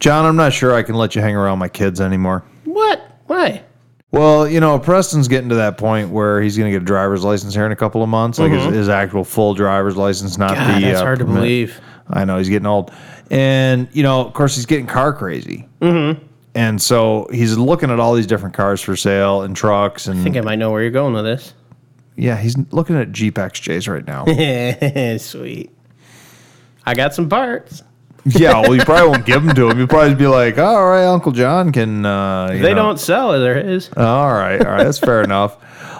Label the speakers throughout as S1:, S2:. S1: John, I'm not sure I can let you hang around my kids anymore.
S2: What? Why?
S1: Well, you know, Preston's getting to that point where he's going to get a driver's license here in a couple of months, like his, his actual full driver's license, not
S2: Mm-hmm. God,
S1: the.
S2: Ah, that's
S1: uh,
S2: hard to
S1: permit.
S2: believe.
S1: I know he's getting old, and you know, of course, he's getting car crazy. Mm-hmm. And so he's looking at all these different cars for sale and trucks, and
S2: I think I might know where you're going with this.
S1: yeah, he's looking at Jeep XJs right now.
S2: Sweet. I got some parts.
S1: yeah, well, you probably won't give them to him. You'll probably be like, "All right, Uncle John can." Uh, you
S2: They
S1: know."
S2: don't sell it. There is.
S1: All right, all right, that's fair enough.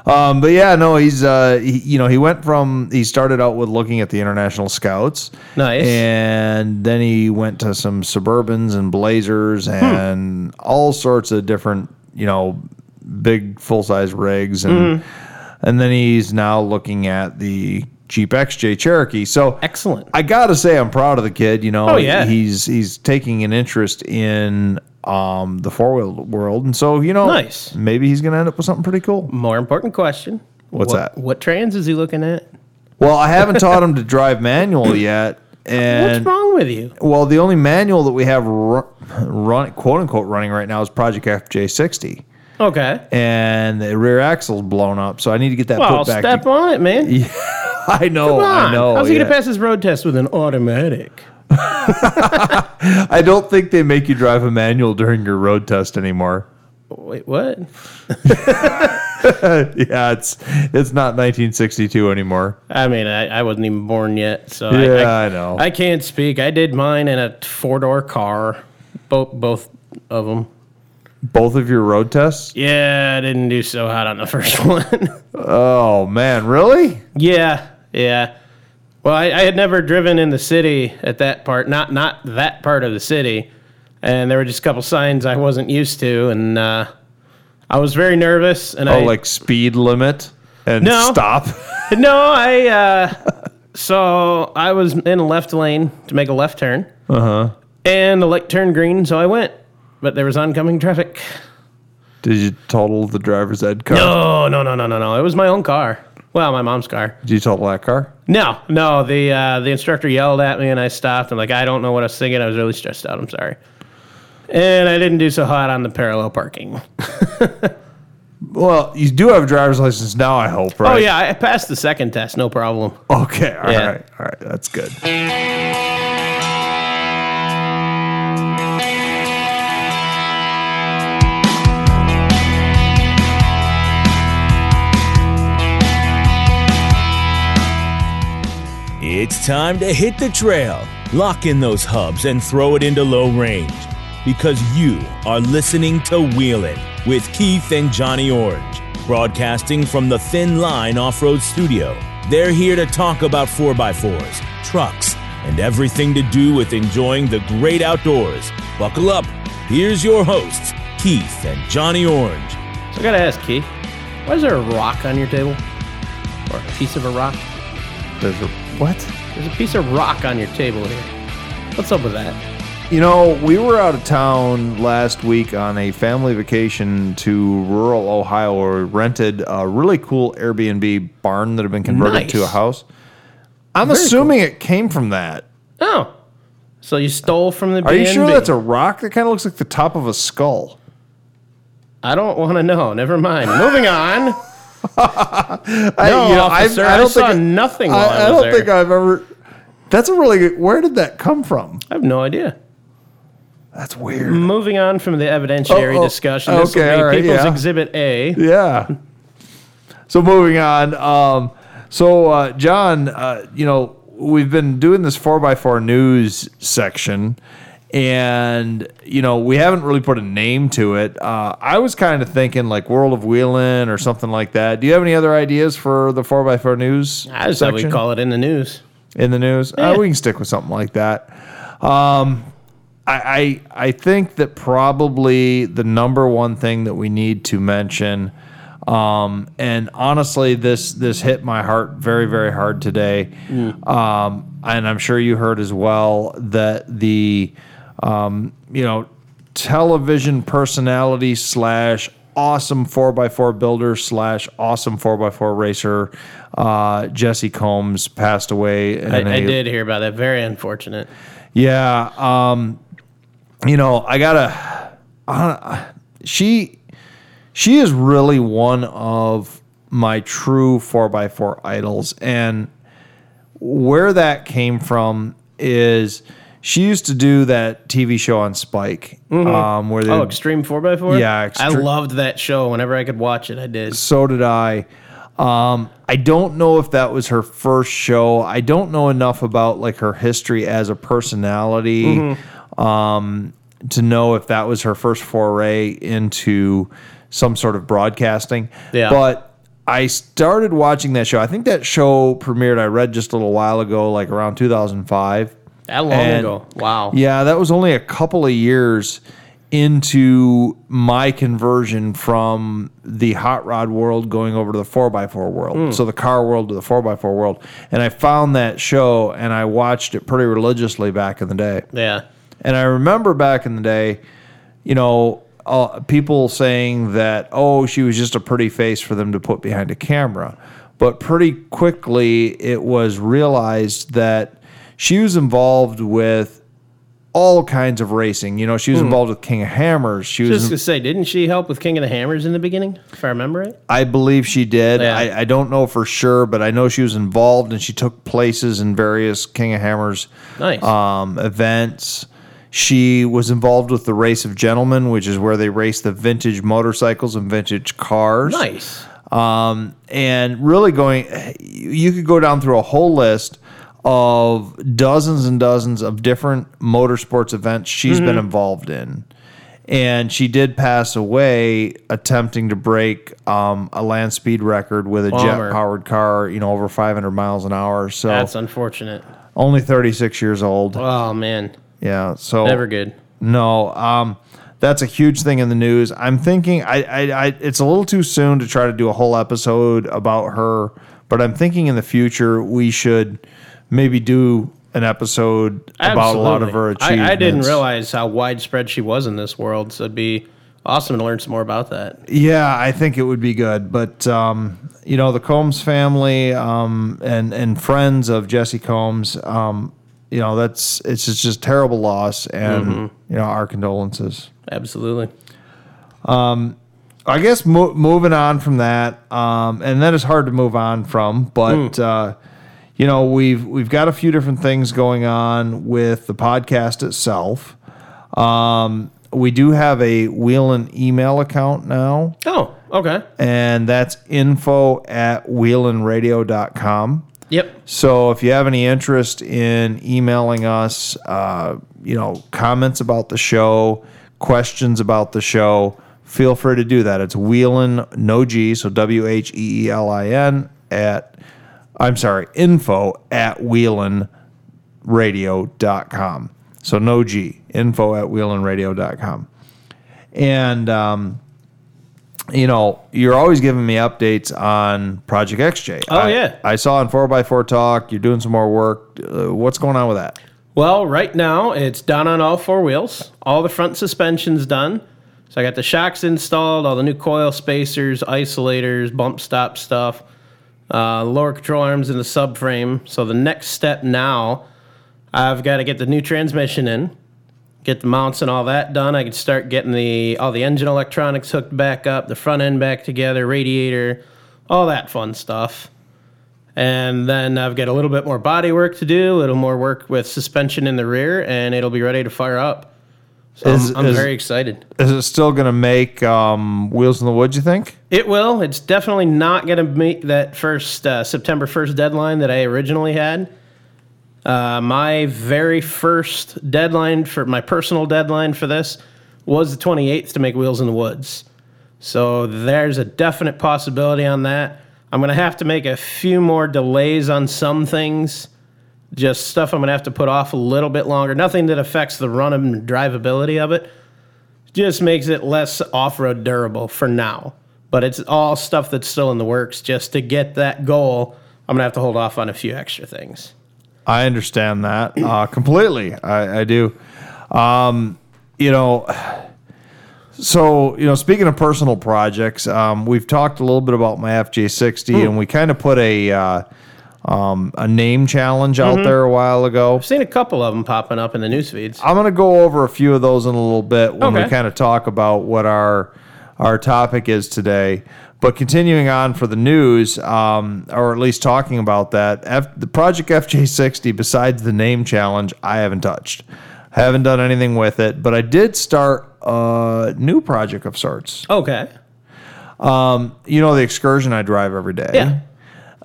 S1: Um, but yeah, no, he's uh, he, you know he went from he started out with looking at the international scouts,
S2: Nice.
S1: and then he went to some Suburbans and Blazers and all sorts of different you know big full size rigs, and and then he's now looking at the Jeep XJ Cherokee. So
S2: Excellent.
S1: I gotta say, I'm proud of the kid. You know,
S2: Oh, yeah.
S1: he's he's taking an interest in um, the four wheel world, and so you know,
S2: Nice.
S1: Maybe he's gonna end up with something pretty cool.
S2: More important question.
S1: What's
S2: What-
S1: that?
S2: What trans is he looking at?
S1: Well, I haven't taught him to drive manual yet,
S2: What's
S1: and
S2: wrong with you?
S1: well, the only manual that we have run, run quote unquote running right now is Project FJ60,
S2: Okay.
S1: and the rear axle's blown up, so I need to get that
S2: Well,
S1: put back.
S2: step
S1: to-
S2: on it, man.
S1: I know,
S2: Come
S1: I
S2: on.
S1: know.
S2: How's he
S1: yeah.
S2: gonna pass his road test with an automatic?
S1: I don't think they make you drive a manual during your road test anymore.
S2: Wait, what?
S1: yeah, it's it's not 1962 anymore.
S2: I mean, I, I wasn't even born yet, so I,
S1: Yeah,
S2: I,
S1: I know.
S2: I can't speak. I did mine in a four door car, both both of them.
S1: Both of your road tests?
S2: Yeah, I didn't do so hot on the first one.
S1: Oh man, really?
S2: Yeah, yeah. Well, I, I had never driven in the city at that part, not not that part of the city, and there were just a couple signs I wasn't used to, and uh, I was very nervous. And
S1: Oh,
S2: I
S1: like speed limit and
S2: No.
S1: stop.
S2: no, I uh, so I was in a left lane to make a left turn, uh huh, and the light turned green, so I went, but there was oncoming traffic.
S1: Did you total the driver's ed car?
S2: Oh no no no no no! It was my own car. Well, my mom's car.
S1: Did you total that car?
S2: No, no. The uh, the instructor yelled at me, and I stopped. I'm like, I don't know what I was thinking. I was really stressed out. I'm sorry. And I didn't do so hot on the parallel parking.
S1: Well, you do have a driver's license now, I hope, right?
S2: Oh yeah, I passed the second test, no problem.
S1: Okay, all right,
S2: Yeah.
S1: all right, that's good.
S3: It's time to hit the trail, lock in those hubs, and throw it into low range. Because you are listening to Wheelin' with Keith and Johnny Orange, broadcasting from the Thin Line Off Road Studio. They're here to talk about 4x4s, trucks, and everything to do with enjoying the great outdoors. Buckle up. Here's your hosts, Keith and Johnny Orange.
S2: So I gotta ask Keith, why is there a rock on your table, or a piece of a rock?
S1: There's a, what?
S2: There's a piece of rock on your table here. What's up with that?
S1: You know, we were out of town last week on a family vacation to rural Ohio where we rented a really cool Airbnb barn that had been converted
S2: Nice.
S1: to a house. I'm assuming it came from that.
S2: Oh, so you stole from the?
S1: Are you sure
S2: B&B.
S1: that's a rock? That kind of looks like the top of a skull.
S2: I don't want to know. Never mind. Moving on.
S1: I,
S2: No, officer, I saw
S1: think
S2: nothing
S1: I,
S2: while I
S1: I
S2: was
S1: don't think
S2: there.
S1: I've ever. That's a really good. Where did that come from?
S2: I have no idea.
S1: That's weird.
S2: Moving on from the evidentiary
S1: Oh, oh,
S2: discussion, this
S1: okay,
S2: will be
S1: all right,
S2: People's
S1: yeah.
S2: Exhibit A.
S1: Yeah. So moving on. Um, so uh, John, uh, you know we've been doing this four by four news section, and you know we haven't really put a name to it. Uh, I was kind of thinking like World of Wheeling or something like that. Do you have any other ideas for the four by four news?
S2: I just thought we'd
S1: section?
S2: call it in the news.
S1: in the news. Uh, we can stick with something like that. Um, I, I I think that probably the number one thing that we need to mention, um, and honestly, this this hit my heart very very hard today,
S2: Mm.
S1: um, and I'm sure you heard as well that the um, you know television personality slash awesome 4x4 builder slash awesome 4x4 racer uh, jesse combs passed away in
S2: I,
S1: a-
S2: I did hear about that. Very unfortunate.
S1: yeah. Um, you know, I gotta. I don't, she she is really one of my true 4x4 idols and where that came from is she used to do that tv show on spike um, where they
S2: Oh, Extreme 4x4?
S1: Yeah,
S2: I
S1: extre-
S2: loved that show. Whenever I could watch it, I did.
S1: so did i um, i don't know if that was her first show i don't know enough about like her history as a personality um, to know if that was her first foray into some sort of broadcasting.
S2: Yeah.
S1: But I started watching that show. I think that show premiered, I read just a little while ago, like around 2005.
S2: That long
S1: And-
S2: ago. Wow.
S1: Yeah, that was only a couple of years into my conversion from the hot rod world going over to the 4x4 world. So the car world to the 4x4 world. And I found that show and I watched it pretty religiously back in the day.
S2: Yeah.
S1: And I remember back in the day, you know, uh, people saying that, oh, she was just a pretty face for them to put behind a camera. But pretty quickly, it was realized that she was involved with all kinds of racing. You know, she was involved with King of Hammers. Hmm. She was
S2: Just to say, didn't she help with King of the Hammers in the beginning, if I remember it?
S1: I believe she did.
S2: Yeah.
S1: I, I don't know for sure, but I know she was involved and she took places in various King of Hammers
S2: Nice.
S1: um, events. She was involved with the Race of Gentlemen, which is where they race the vintage motorcycles and vintage cars.
S2: nice.
S1: Um, and really going, you could go down through a whole list of dozens and dozens of different motorsports events she's
S2: Mm-hmm.
S1: been involved in. And she did pass away attempting to break um, a land speed record with a
S2: Bummer.
S1: jet powered car, you know, over 500 miles an hour. So
S2: That's unfortunate.
S1: only 36 years old.
S2: Oh, man.
S1: Yeah. So
S2: Never good.
S1: no, um, that's a huge thing in the news. I'm thinking I, I, I it's a little too soon to try to do a whole episode about her, but I'm thinking in the future we should maybe do an episode about a lot of her
S2: Absolutely.
S1: achievements.
S2: I, I didn't realize how widespread she was in this world, so it'd be awesome to learn some more about that.
S1: Yeah, I think it would be good, but um, you know the Combs family um, and and friends of Jesse Combs, um, you know that's it's just, just terrible loss, and
S2: Mm-hmm.
S1: you know our condolences.
S2: Absolutely.
S1: I guess mo- moving on from that, um, and that is hard to move on from, but uh, you know we've we've got a few different things going on with the podcast itself. Um, we do have a Wheelin email account now,
S2: Oh, okay.
S1: and that's info at wheelinradio.com.
S2: Yep.
S1: So if you have any interest in emailing us, uh, you know, comments about the show, questions about the show, feel free to do that. It's Wheelin no G, so W H E E L I N at I'm sorry, info at wheelinradio.com. So no G, info at wheelinradio.com. And um, you know, you're always giving me updates on Project XJ.
S2: Oh,
S1: I-
S2: yeah.
S1: I saw on 4x4 Talk, you're doing some more work. Uh, what's going on with that?
S2: Well, right now it's done on all four wheels. All the front suspension's done. So I got the shocks installed, all the new coil spacers, isolators, bump stop stuff, uh, lower control arms in the subframe. So the next step now, I've got to get the new transmission in, get the mounts and all that done. I can start getting the all the engine electronics hooked back up, the front end back together, radiator, all that fun stuff. And then I've got a little bit more body work to do, a little more work with suspension in the rear, and it'll be ready to fire up. So
S1: Is-
S2: I'm, I'm
S1: is-
S2: very excited.
S1: Is it still going to make um, Wheels in the Woods, you think?
S2: It will. It's definitely not going to make that first uh, September 1st deadline that I originally had. Uh, my very first deadline for my personal deadline for this was the 28th to make Wheels in the Woods. So there's a definite possibility on that. I'm going to have to make a few more delays on some things. Just stuff I'm going to have to put off a little bit longer. Nothing that affects the run and drivability of it just makes it less off-road durable for now. But it's all stuff that's still in the works. Just to get that goal, I'm gonna have to hold off on a few extra things.
S1: I understand that uh, completely. I, I do. Um, you know, so you know, speaking of personal projects, um, we've talked a little bit about my FJ60, and we kind of put a uh, um, a name challenge out there a while ago.
S2: I've seen a couple of them popping up in the news feeds.
S1: I'm going to go over a few of those in a little bit when we
S2: Okay.
S1: kind of talk about what our our topic is today. But continuing on for the news, um, or at least talking about that, F- the Project FJ60, besides the name challenge, I haven't touched. Haven't done anything with it, but I did start a new project of sorts.
S2: Okay.
S1: You know, the excursion I drive every day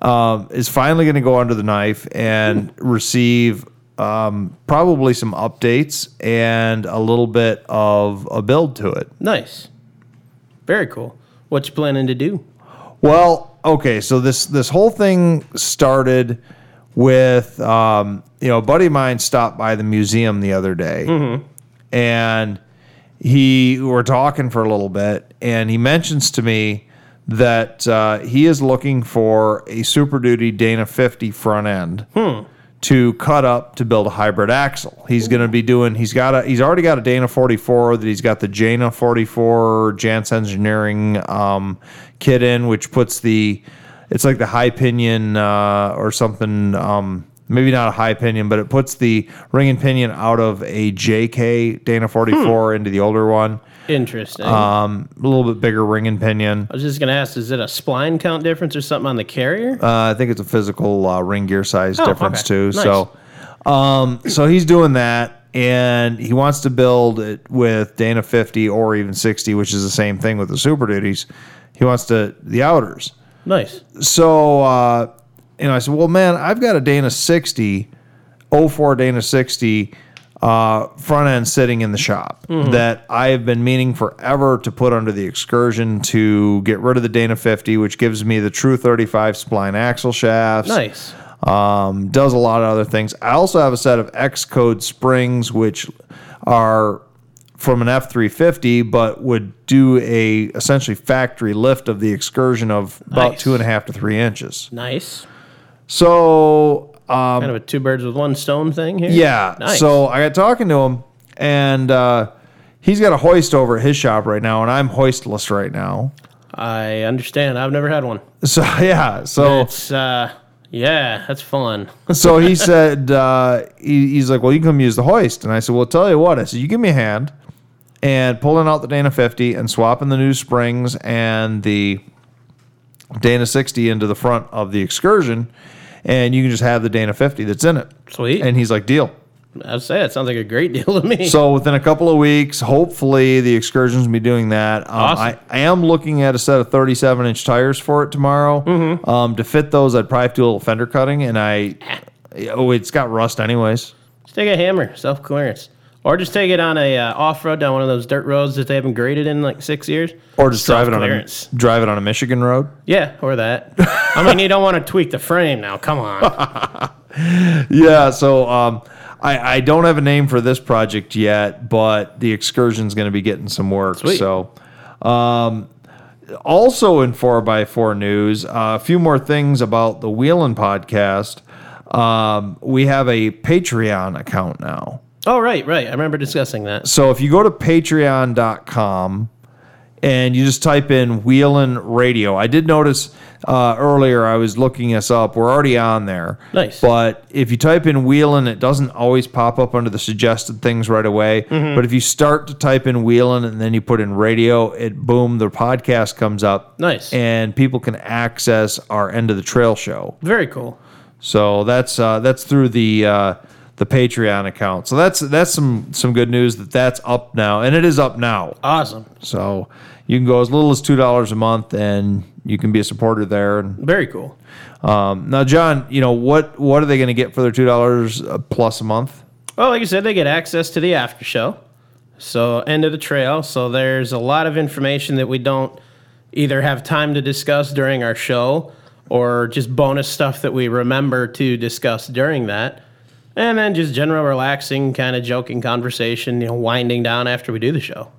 S1: um,
S2: Yeah.
S1: is finally going to go under the knife and receive um, probably some updates and a little bit of a build to it.
S2: Nice. Very cool. What you planning to do?
S1: Well, okay, so this this whole thing started with um, you know a buddy of mine stopped by the museum the other day, and he we were talking for a little bit, and he mentions to me that uh, he is looking for a Super Duty Dana 50 front end. To cut up to build a hybrid axle, he's going to be doing. He's got a. He's already got a Dana 44 that he's got the Jana 44 Jance Engineering um, kit in, which puts the. It's like the high pinion uh, or something. Um, maybe not a high pinion, but it puts the ring and pinion out of a JK Dana 44 into the older one.
S2: Interesting.
S1: Um, a little bit bigger ring and pinion.
S2: I was just gonna ask, is it a spline count difference or something on the carrier?
S1: Uh, I think it's a physical uh, ring gear size
S2: Oh,
S1: difference
S2: okay.
S1: too.
S2: Nice.
S1: So, um, so he's doing that, and he wants to build it with Dana 50 or even 60, which is the same thing with the Super Duties. He wants to the outers.
S2: nice.
S1: so uh, you know, I said, well, man, I've got a Dana 60, 04 Dana 60 uh, front end sitting in the shop that I have been meaning forever to put under the excursion to get rid of the Dana 50, which gives me the true 35 spline axle shafts.
S2: Nice.
S1: Um, does a lot of other things. I also have a set of Xcode springs, which are from an F three fifty, but would do a essentially factory lift of the excursion of about
S2: Nice.
S1: two and a half to three inches.
S2: Nice.
S1: So um,
S2: Kind of a two birds with one stone thing here.
S1: yeah.
S2: Nice.
S1: So I got talking to him, and uh, he's got a hoist over at his shop right now, and I'm hoistless right now.
S2: I understand. I've never had one.
S1: So yeah. So
S2: It's uh yeah, that's fun.
S1: so he said, uh, he, he's like, well, you can come use the hoist. And I said, well, tell you what. I said, you give me a hand and pulling out the Dana 50 and swapping the new springs and the Dana 60 into the front of the excursion. And you can just have the Dana 50 that's in it.
S2: Sweet.
S1: And he's like, deal.
S2: I'd say that sounds like a great deal to me.
S1: So within a couple of weeks, hopefully the excursions will be doing that. Um,
S2: Awesome.
S1: I, I am looking at a set of 37 inch tires for it tomorrow. Um, to fit those, I'd probably have to do a little fender cutting, and I oh, it's got rust anyways.
S2: Just take a hammer, self clearance, or just take it on a uh, off road down one of those dirt roads that they haven't graded in like six years.
S1: Or just drive it on a
S2: Self-clearance.
S1: drive it on a Michigan road.
S2: Yeah, or that. I mean, you don't want to tweak the frame now. Come on.
S1: Yeah. So um, I I don't have a name for this project yet, but the excursion's going to be getting some work.
S2: Sweet.
S1: So. Um, also in 4x4 news, uh, a few more things about the Wheelin' podcast. Um, we have a Patreon account now.
S2: oh right, right. I remember discussing that.
S1: So if you go to patreon.com and you just type in Wheelin' Radio, I did notice uh, earlier I was looking us up. We're already on there.
S2: Nice.
S1: But if you type in Wheelin', it doesn't always pop up under the suggested things right away.
S2: Mm-hmm.
S1: But if you start to type in Wheelin' and then you put in radio, it boom, the podcast comes up.
S2: Nice.
S1: And people can access our end of the trail show.
S2: Very cool.
S1: So that's uh, that's through the uh, the Patreon account. So that's that's some some good news that that's up now, and it is up now.
S2: Awesome.
S1: So you can go as little as two dollars a month, and you can be a supporter there. And
S2: Very cool.
S1: um, now, John, you know what what are they going to get for their two dollars uh, plus a month?
S2: Well, like you said, they get access to the after show. So, end of the trail. So, there's a lot of information that we don't either have time to discuss during our show or just bonus stuff that we remember to discuss during that. And then just general relaxing, kind of joking conversation, you know, winding down after we do the show.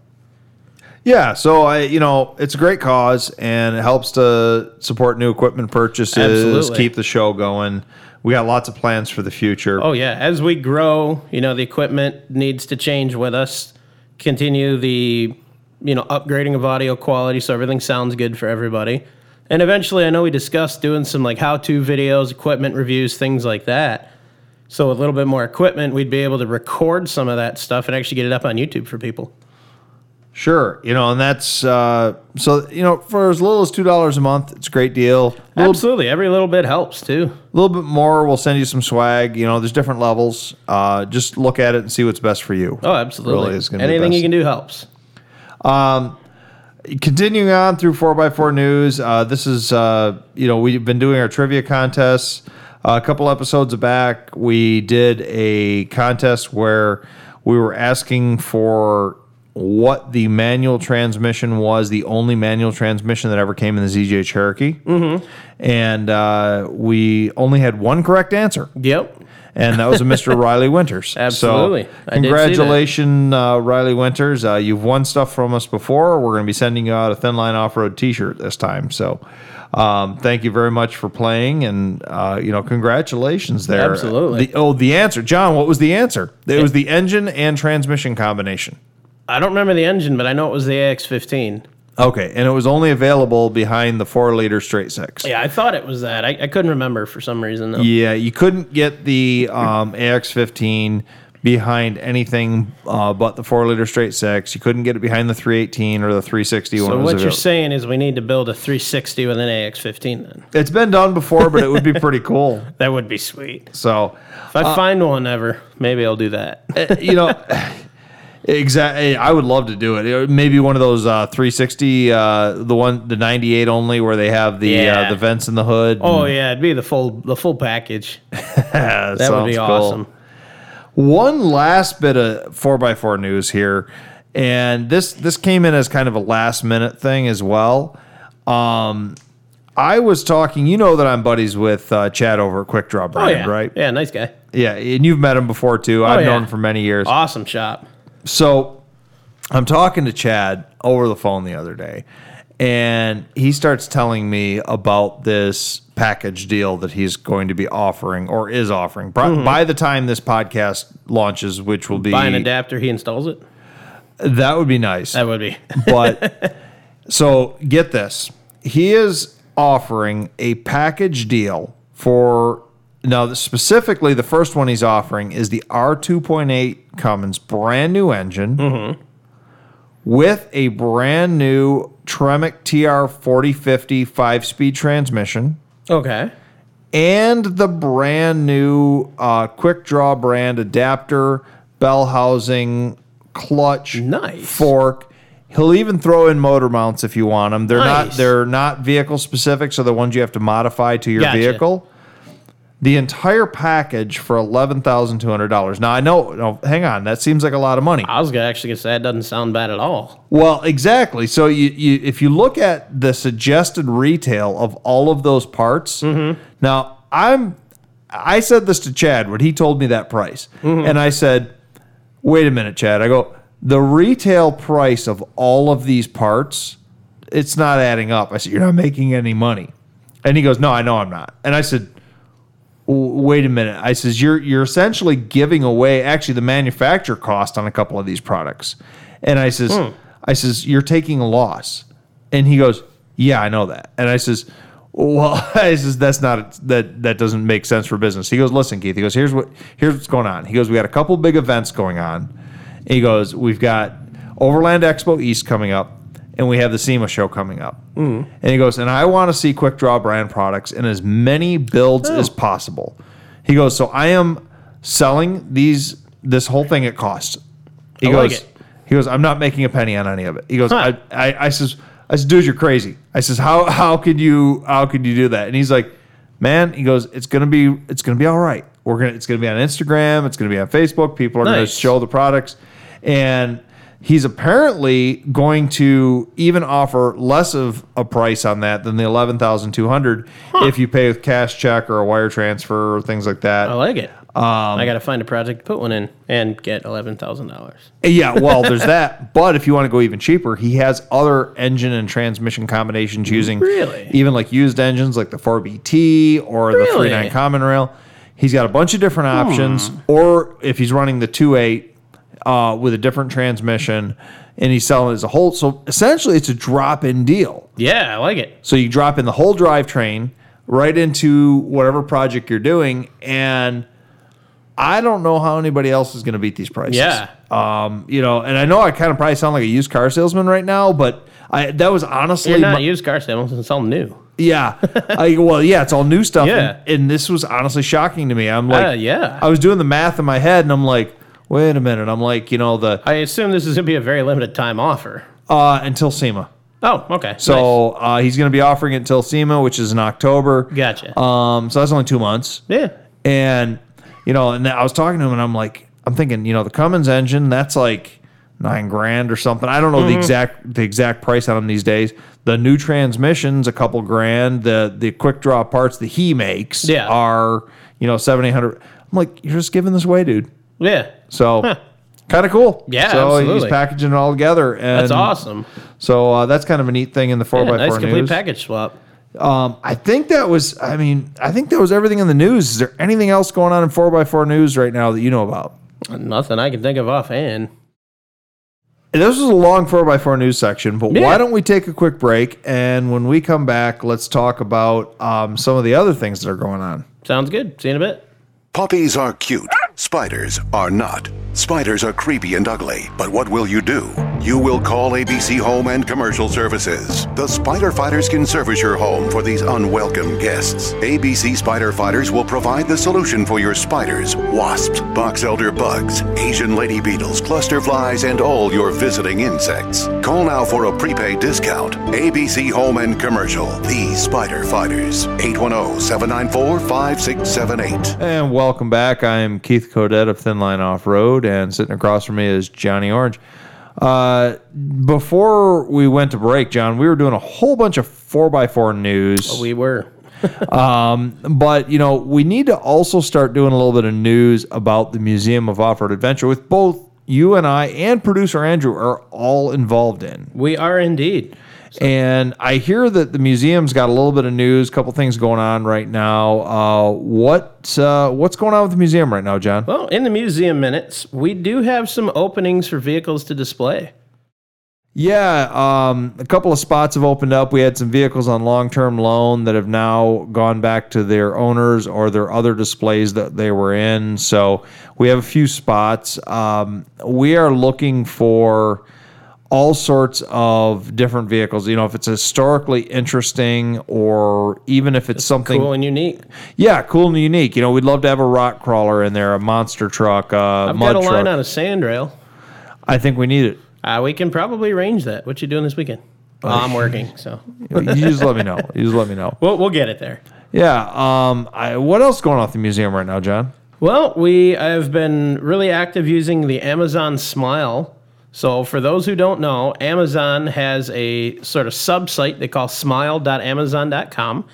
S1: Yeah, so I you know it's a great cause, and it helps to support new equipment purchases,
S2: Absolutely.
S1: keep the show going. We got lots of plans for the future.
S2: Oh, yeah. As we grow, you know, the equipment needs to change with us, continue the, you know, upgrading of audio quality so everything sounds good for everybody. And eventually, I know we discussed doing some like how to videos, equipment reviews, things like that. So, with a little bit more equipment, we'd be able to record some of that stuff and actually get it up on YouTube for people.
S1: Sure, you know, and that's uh, so you know for as little as two dollars a month, it's a great deal. A little,
S2: Absolutely. Every little bit helps too.
S1: little bit more, we'll send you some swag. You know, there's different levels. Uh, just look at it and see what's best for you.
S2: Oh, absolutely.
S1: Really is gonna be
S2: Anything
S1: best.
S2: you can do helps.
S1: Continuing on through 4x4 News, uh, this is, uh, you know, we've been doing our trivia contests. Uh, a couple episodes back, we did a contest where we were asking for what the manual transmission was, the only manual transmission that ever came in the ZJ Cherokee. Mm-hmm. And uh, we only had one correct answer
S2: Yep.
S1: and that was a Mr. Riley Winters.
S2: Absolutely.
S1: So,
S2: I did see that.
S1: congratulations, uh, Riley Winters. Uh, you've won stuff from us before. We're going to be sending you out a Thin Line Off Road t shirt this time. So, um, thank you very much for playing, and uh, you know, congratulations there.
S2: Absolutely.
S1: The, oh, the answer, John. What was the answer? It was the engine and transmission combination.
S2: I don't remember the engine, but I know it was the AX15.
S1: Okay, and it was only available behind the four liter straight six.
S2: Yeah, I thought it was that. I, I couldn't remember for some reason though.
S1: Yeah, you couldn't get the um, AX15 behind anything uh, but the four liter straight six. You couldn't get it behind the 318 or the 360 when
S2: So
S1: it was
S2: what you're
S1: available.
S2: saying is we need to build a 360 with an AX15 then.
S1: It's been done before, but it would be pretty cool.
S2: That would be sweet.
S1: So,
S2: If I
S1: Uh,
S2: find one ever, maybe I'll do that.
S1: eh, you know. Exactly. I would love to do it. It- Maybe one of those uh, 360, uh, the one, the 98 only, where they have the uh,
S2: Yeah.
S1: the vents in the hood.
S2: Oh yeah, it'd be the full the full package.
S1: yeah,
S2: That would be awesome.
S1: One last bit of four x four news here, and this this came in as kind of a last minute thing as well. Um, I was talking, you know that I'm buddies with uh, Chad over at Quick Draw
S2: Oh
S1: Brand,
S2: yeah,
S1: right?
S2: Yeah, nice guy.
S1: Yeah, and you've met him before too. I've
S2: yeah. Uh,
S1: known him for many years.
S2: Awesome shop.
S1: So I'm talking to Chad over the phone the other day, and he starts telling me about this package deal that he's going to be offering or is offering by, by the time this podcast launches, which will be
S2: Buy Mm-hmm. an adapter, he installs it.
S1: that would be nice.
S2: That would be.
S1: but so get this he is offering a package deal for now specifically the first one he's offering is the r2.8 cummins brand new engine
S2: Mm-hmm.
S1: with a brand new tremec tr 4050 5 speed transmission
S2: Okay.
S1: and the brand new uh, quick draw brand adapter, bell housing, clutch,
S2: Nice.
S1: fork. He'll even throw in motor mounts if you want them. They're not
S2: Nice.
S1: they're not vehicle specific, so the ones you have to modify to your
S2: Gotcha.
S1: vehicle. The entire package for eleven thousand two hundred dollars. Now I know. No, hang on, that seems like a lot of money.
S2: I was gonna actually gonna say that doesn't sound bad at all.
S1: Well, exactly. So you, you if you look at the suggested retail of all of those parts, now I'm I said this to Chad when he told me that price. And I said, wait a minute, Chad. I go, the retail price of all of these parts, it's not adding up. I said, You're not making any money. And he goes, No, I know I'm not. And I said, "W- Wait a minute. I says you're you're essentially giving away actually the manufacturer cost on a couple of these products. And I says I says you're taking a loss. And he goes, "Yeah, I know that." And I says, "Well, I says that's not that that doesn't make sense for business." He goes, "Listen, Keith." He goes, "Here's what here's what's going on." He goes, "We got a couple big events going on." He goes, "We've got Overland Expo East coming up, and we have the SEMA show coming up."
S2: Mm.
S1: And he goes, "And I want to see Quick Draw brand products in as many builds
S2: Oh.
S1: as possible." He goes, "So I am selling these this whole thing at cost." He
S2: I like
S1: goes,
S2: it.
S1: he goes, I'm not making a penny on any of it. He goes,
S2: Huh.
S1: I, I, I says, I says, dude, you're crazy. I says, how, how could you, how could you do that? And he's like, man, he goes, it's gonna be, it's gonna be all right. We're gonna, it's gonna be on Instagram, it's gonna be on Facebook. People are gonna
S2: Nice.
S1: show the products, and he's apparently going to even offer less of a price on that than the eleven thousand two hundred if you pay with cash, check, or a wire transfer, or things like that.
S2: I like it.
S1: Um,
S2: I gotta find a project to put one in and get eleven thousand dollars.
S1: Yeah, well, there's that. But if you want to go even cheaper, he has other engine and transmission combinations using
S2: Mm, Really?
S1: even like used engines like the 4BT or the
S2: Really? Hmm.
S1: 39 Common Rail. He's got a bunch of different options. Or if he's running the 28, uh, with a different transmission, and he's selling it as a whole. So essentially, it's a drop in deal.
S2: Yeah, I like it.
S1: So you drop in the whole drivetrain right into whatever project you're doing, and I don't know how anybody else is going to beat these prices.
S2: Yeah.
S1: Um, you know, and I know I kind of probably sound like a used car salesman right now, but I that was honestly
S2: You're not
S1: my-
S2: used car sales; it's all new.
S1: yeah. I, well, yeah, it's all new stuff.
S2: Yeah.
S1: And, and this was honestly shocking to me. I'm like,
S2: Uh, yeah.
S1: I was doing the math in my head, and I'm like, wait a minute. I'm like, you know, the
S2: I assume this is going to be a very limited time offer.
S1: uh, until SEMA.
S2: Oh, okay. nice.
S1: So uh, he's going to be offering it until SEMA, which is in October.
S2: Gotcha.
S1: Um, so that's only two months.
S2: yeah,
S1: And, you know, and I was talking to him and I'm like, I'm thinking, you know, the Cummins engine, that's like nine grand or something. I don't know
S2: Mm-hmm.
S1: the exact the exact price on them these days. The new transmission's a couple grand. The the quick draw parts that he makes
S2: Yeah.
S1: are, you know, seven eight hundred. I'm like, you're just giving this away, dude.
S2: yeah,
S1: So kind of cool.
S2: Yeah,
S1: So he's
S2: absolutely.
S1: packaging it all together. And
S2: that's awesome.
S1: So uh, that's kind of a neat thing in the four
S2: Yeah,
S1: by
S2: nice
S1: four
S2: complete
S1: news.
S2: package swap.
S1: Um, I think that was. I mean, I think that was everything in the news. Is there anything else going on in four x four news right now that you know about?
S2: Nothing I can think of offhand.
S1: This was a long four x four news section, but
S2: Yeah.
S1: why don't we take a quick break and when we come back, let's talk about um, some of the other things that are going on.
S2: Sounds good. See you in a bit.
S4: Puppies are cute. Spiders are not. Spiders are creepy and ugly. But what will you do? You will call ABC Home and Commercial Services. The Spider Fighters can service your home for these unwelcome guests. ABC Spider Fighters will provide the solution for your spiders, wasps, box elder bugs, Asian lady beetles, cluster flies, and all your visiting insects. Call now for a prepaid discount. ABC Home and Commercial. The Spider Fighters. 810 794 5678.
S1: And welcome back. I am Keith Codet of Thin Line Off Road, and sitting across from me is Johnny Orange. Uh, before we went to break, John, we were doing a whole bunch of four x four news.
S2: Oh, We were.
S1: But you know, we need to also start doing a little bit of news about the Museum of Off-Road Adventure, with both you and I and producer Andrew are all involved in.
S2: We are indeed.
S1: And I hear that the museum's got a little bit of news, a couple things going on right now. Uh, what uh, what's going on with the museum right now, John?
S2: Well, in the museum minutes, we do have some openings for vehicles to display.
S1: Yeah, um, a couple of spots have opened up. We had some vehicles on long term loan that have now gone back to their owners or their other displays that they were in. So we have a few spots. Um, we are looking for all sorts of different vehicles. You know, if it's historically interesting or even if it's something
S2: Cool and unique.
S1: yeah, cool and unique. You know, we'd love to have a rock crawler in there, a monster truck, a
S2: I've
S1: mud
S2: got a line
S1: truck.
S2: on a sand rail.
S1: I think we need it.
S2: Uh, we can probably arrange that. What you doing this weekend? Well, I'm working, so
S1: You just let me know. You just let me know.
S2: we'll, we'll get it there.
S1: Yeah. Um. I, what else going on at the museum right now, John?
S2: Well, we have been really active using the Amazon Smile. So, for those who don't know, Amazon has a sort of sub site they call smile.amazon.com.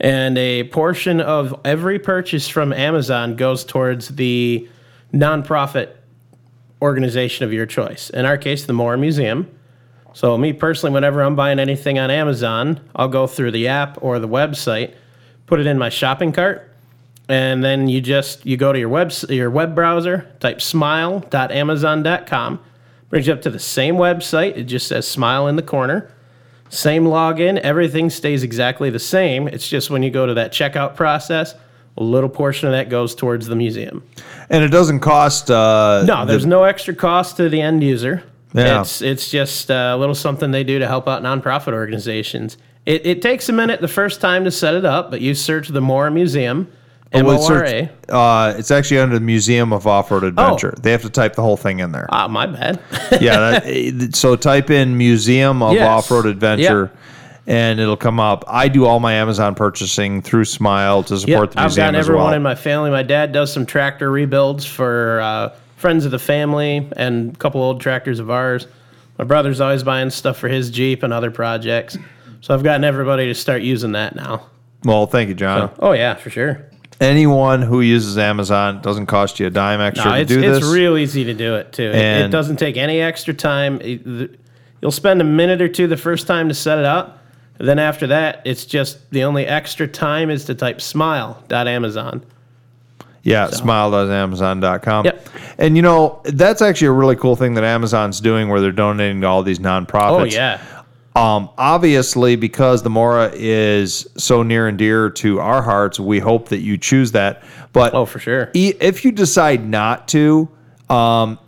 S2: And a portion of every purchase from Amazon goes towards the nonprofit organization of your choice. In our case, the Moore Museum. So, me personally, whenever I'm buying anything on Amazon, I'll go through the app or the website, put it in my shopping cart, and then you just you go to your web your web browser type smile.amazon.com brings you up to the same website it just says smile in the corner same login everything stays exactly the same it's just when you go to that checkout process a little portion of that goes towards the museum
S1: And it doesn't cost. Uh,
S2: no there's
S1: the-
S2: no extra cost to the end user
S1: Yeah.
S2: it's it's just uh, a little something they do to help out nonprofit organizations it, it takes a minute the first time to set it up but you search the Moore Museum
S1: Oh, it would
S2: MORA.
S1: search- uh, it's actually under the Museum of
S2: Oh.
S1: Off-Road Adventure. They have to type the whole thing in there.
S2: Ah, my bad.
S1: yeah. That, eh, so type in Museum of
S2: Yes.
S1: Off-Road Adventure. And it'll come up. I do all my Amazon purchasing through Smile to
S2: yeah,
S1: support the
S2: I've
S1: museum
S2: got
S1: as
S2: everyone
S1: well.
S2: in my family. My dad does some tractor rebuilds for uh, friends of the family and a couple old tractors of ours. My brother's always buying stuff for his Jeep and other projects. So I've gotten everybody to start using that now.
S1: well, thank you, John.
S2: Oh yeah, for sure.
S1: Anyone who uses Amazon it doesn't cost you a dime extra
S2: No,
S1: to
S2: it's
S1: do this.
S2: it's real easy to do it too. It, it
S1: And-
S2: doesn't take any extra time. It- the- You'll spend a minute or two the first time to set it up. Then after that, it's just the only extra time is to type smile.amazon.
S1: Yeah, smile.amazon.com.
S2: Yep.
S1: And you know, that's actually a really cool thing that Amazon's doing where they're donating to all these nonprofits.
S2: Oh yeah.
S1: Um, obviously, because the Mora is so near and dear to our hearts, we hope that you choose that. But
S2: Oh, for sure.
S1: e- if you decide not to, um,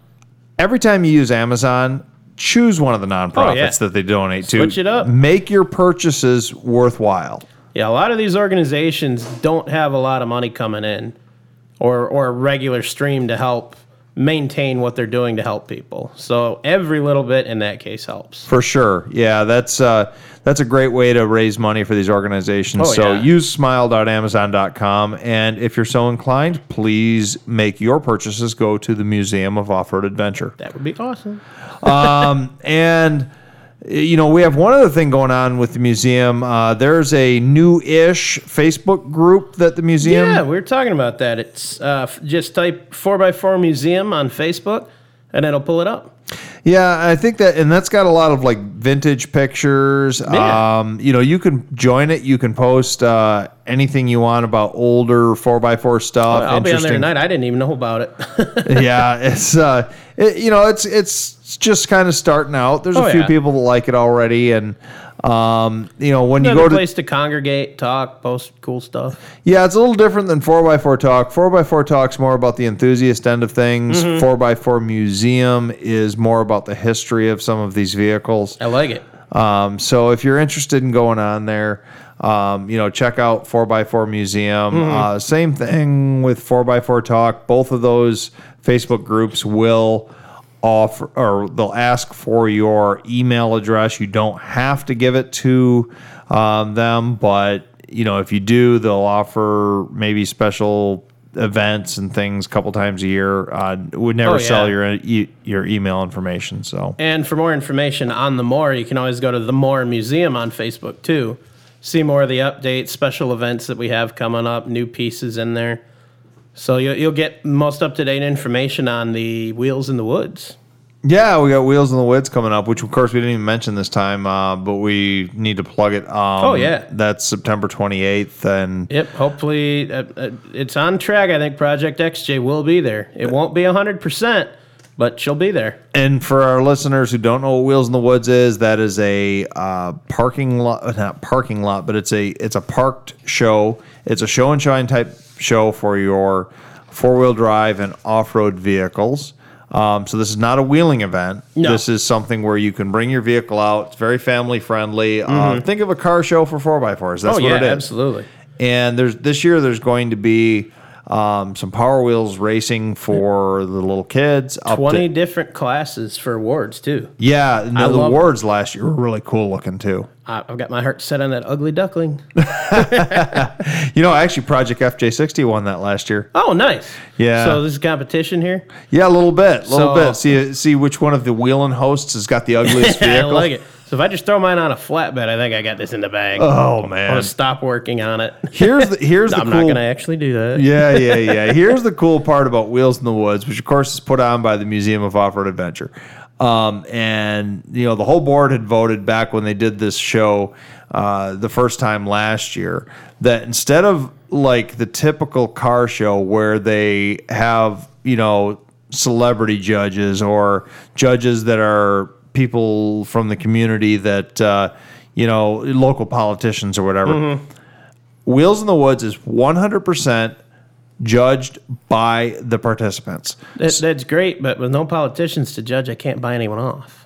S1: every time you use Amazon, choose one of the nonprofits
S2: Oh, yeah.
S1: that they donate to.
S2: Switch it up.
S1: Make your purchases worthwhile.
S2: Yeah, a lot of these organizations don't have a lot of money coming in or or a regular stream to help maintain what they're doing to help people. So every little bit in that case helps.
S1: For sure. Yeah, that's uh, that's a great way to raise money for these organizations.
S2: Oh,
S1: so
S2: yeah.
S1: use smile.amazon.com. And if you're so inclined, please make your purchases go to the Museum of Off Road Adventure.
S2: That would be awesome.
S1: And you know, we have one other thing going on with the museum. Uh, there's a new-ish Facebook group that the museum.
S2: Yeah, we were talking about that. It's uh, f- just type 4x4 Museum on Facebook and it'll pull it up.
S1: Yeah, I think that, and that's got a lot of like vintage pictures.
S2: Yeah.
S1: Um, you know, you can join it. You can post uh, anything you want about older four x four stuff.
S2: I'll be on there
S1: interesting-
S2: tonight. I didn't even know about it.
S1: yeah, it's uh, it, you know, it's it's just kind of starting out. There's
S2: Oh,
S1: a few
S2: yeah.
S1: people that like it already, and um, you know, when you go
S2: Another
S1: to
S2: place to congregate, talk, post cool stuff.
S1: Yeah, it's a little different than 4x4 Talk. 4x4 Talk's more about the enthusiast end of things.
S2: Mm-hmm.
S1: 4x4 Museum is more about the history of some of these vehicles.
S2: I like it.
S1: Um, so if you're interested in going on there, um, you know, check out 4x4 Museum.
S2: Mm-hmm.
S1: Uh, same thing with 4x4 Talk. Both of those Facebook groups will offer or they'll ask for your email address. You don't have to give it to um, them, but you know, if you do, they'll offer maybe special events and things a couple times a year. Uh, would never
S2: Oh,
S1: sell
S2: yeah.
S1: your e- your email information. So
S2: And for more information on the Moore, you can always go to the Moore Museum on Facebook too. See more of the updates, special events that we have coming up, new pieces in there. So you'll, you'll get most up to date information on the Wheels in the Woods.
S1: Yeah, we got Wheels in the Woods coming up, which of course we didn't even mention this time, uh, but we need to plug it. Um,
S2: Oh, yeah.
S1: that's September 28th, and
S2: Yep, hopefully uh, uh, it's on track. I think Project XJ will be there. It won't be 100%, but she'll be there.
S1: and for our listeners who don't know what Wheels in the Woods is, that is a uh, parking lot, not parking lot, but it's a it's a parked show. It's a show and shine type show for your four wheel drive and off road vehicles. Um, so this is not a wheeling event.
S2: No.
S1: This is something where you can bring your vehicle out. It's very family friendly. Uh, think of a car show for four x fours. That's
S2: Mm-hmm. oh,
S1: what
S2: yeah,
S1: it is.
S2: absolutely.
S1: And there's this year there's going to be um, some Power Wheels racing for the little kids. Up
S2: 20
S1: To,
S2: different classes for awards too.
S1: yeah, and
S2: I
S1: the
S2: love-
S1: awards last year were really cool looking too.
S2: I- I've got my heart set on that ugly duckling.
S1: You know, actually Project FJ60 won that last year.
S2: Oh, nice.
S1: Yeah.
S2: So this is competition here.
S1: Yeah, a little bit, a little
S2: So-
S1: bit. See see which one of the wheeling hosts has got the ugliest
S2: I
S1: vehicle.
S2: like it. So if I just throw mine on a flatbed, I think I got this in the bag.
S1: Oh
S2: I'm
S1: man.
S2: gonna stop working on it.
S1: Here's the here's the
S2: I'm
S1: cool
S2: not gonna actually do that.
S1: yeah, yeah, yeah. Here's the cool part about Wheels in the Woods, which of course is put on by the Museum of Off-Road Adventure. Um, and you know, the whole board had voted back when they did this show uh, the first time last year that instead of like the typical car show where they have you know celebrity judges or judges that are people from the community that uh, you know local politicians or whatever. Wheels in the Woods is 100% judged by the participants.
S2: That, that's great, but with no politicians to judge, I can't buy anyone off.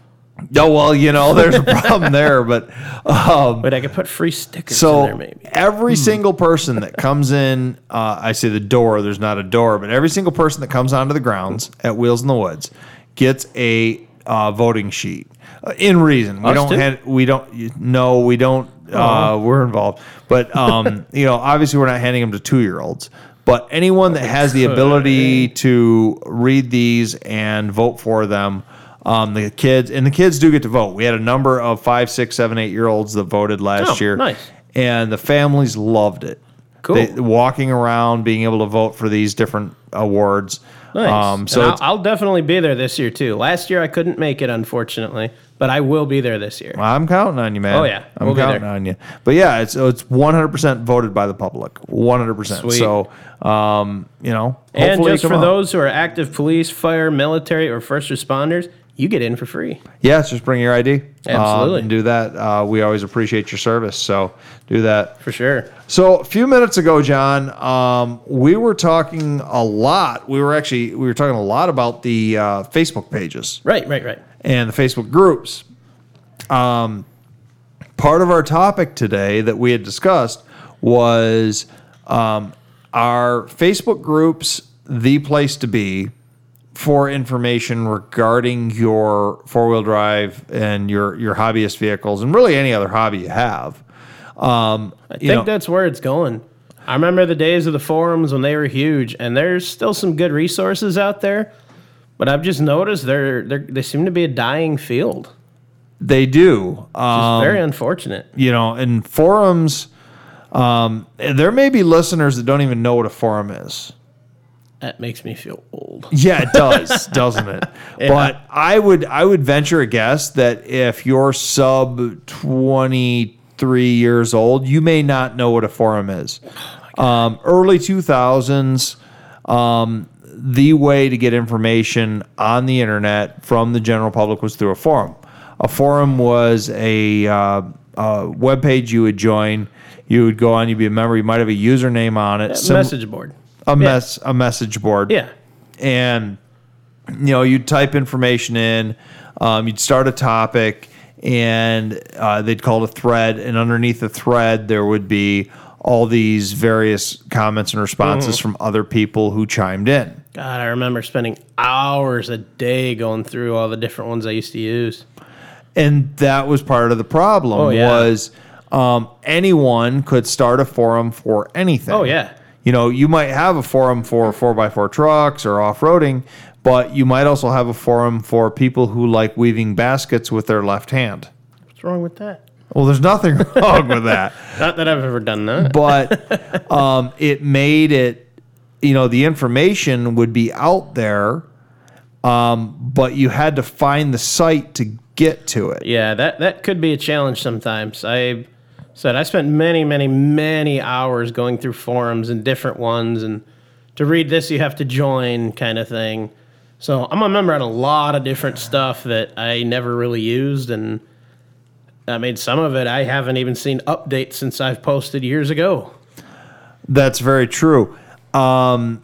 S1: Oh, well, you know, there's a problem there, but um,
S2: But I could put free stickers in there,
S1: so
S2: maybe.
S1: every single person that comes in, uh, I say the door, there's not a door, but every single person that comes onto the grounds at Wheels in the Woods gets a uh, voting sheet. Uh, in reason, we
S2: Us
S1: don't
S2: too?
S1: hand- we don't you- no, we don't. Uh, we're involved, but um, you know, obviously, we're not handing them to two year olds. But anyone that has the ability to read these and vote for them, um, the kids and the kids do get to vote. We had a number of five, six, seven, eight year olds that voted last
S2: Oh,
S1: year,
S2: nice.
S1: and the families loved it.
S2: Cool.
S1: walking around, being able to vote for these different awards.
S2: Nice.
S1: Um,
S2: And
S1: so
S2: I'll,
S1: it's-
S2: I'll definitely be there this year too. Last year I couldn't make it, unfortunately, but I will be there this year.
S1: I'm counting on you, man.
S2: Oh, yeah.
S1: I'm
S2: We'll be
S1: counting
S2: there.
S1: on you. But yeah, it's oh, it's 100% voted by the public, 100%.
S2: Sweet.
S1: So, um, you know,
S2: and
S1: hopefully
S2: just
S1: you
S2: for
S1: come out.
S2: those who are active police, fire, military, or first responders, you get in for free.
S1: yes, just bring your ID. um,
S2: Absolutely.
S1: and do that. Uh, we always appreciate your service, so do that.
S2: For sure.
S1: So a few minutes ago, John, um, we were talking a lot. We were actually we were talking a lot about the uh, Facebook pages.
S2: Right, right, right.
S1: and the Facebook groups. Um, part of our topic today that we had discussed was um, our Facebook groups the place to be for information regarding your four wheel drive and your your hobbyist vehicles and really any other hobby you have. Um,
S2: I think that's where it's going. I remember the days of the forums when they were huge, and there's still some good resources out there, but I've just noticed they're, they're they seem to be a dying field.
S1: they do.
S2: It's
S1: Um,
S2: very unfortunate.
S1: you know, and forums. Um, there may be listeners that don't even know what a forum is.
S2: That makes me feel old.
S1: Yeah, it does, doesn't it? But I would I would venture a guess that if you're sub 23 years old, you may not know what a forum is. um, early 2000s, um, the way to get information on the internet from the general public was through a forum. A forum was a, uh, a web page you would join. You would go on, you'd be a member. You might have a username on it, sim-
S2: Message board.
S1: a mess, a message board
S2: Yeah.
S1: and you know you'd type information in um, you'd start a topic and uh, they'd call it a thread and underneath the thread there would be all these various comments and responses
S2: Mm-hmm.
S1: from other people who chimed in
S2: God, I remember spending hours a day going through all the different ones I used to use.
S1: and that was part of the problem
S2: Oh, yeah.
S1: was um, anyone could start a forum for anything
S2: Oh, yeah.
S1: you know you might have a forum for 4x4 trucks or off-roading but you might also have a forum for people who like weaving baskets with their left hand
S2: What's wrong with that?
S1: Well, there's nothing wrong with that,
S2: Not that I've ever done that.
S1: but um, it made it, you know, the information would be out there, um, but you had to find the site to get to it.
S2: Yeah, that that could be a challenge sometimes. I said I spent many, many, many hours going through forums and different ones, and to read this you have to join kind of thing. So I'm a member on a lot of different stuff that I never really used, and I mean some of it I haven't even seen updates since I've posted years ago.
S1: That's very true. Um,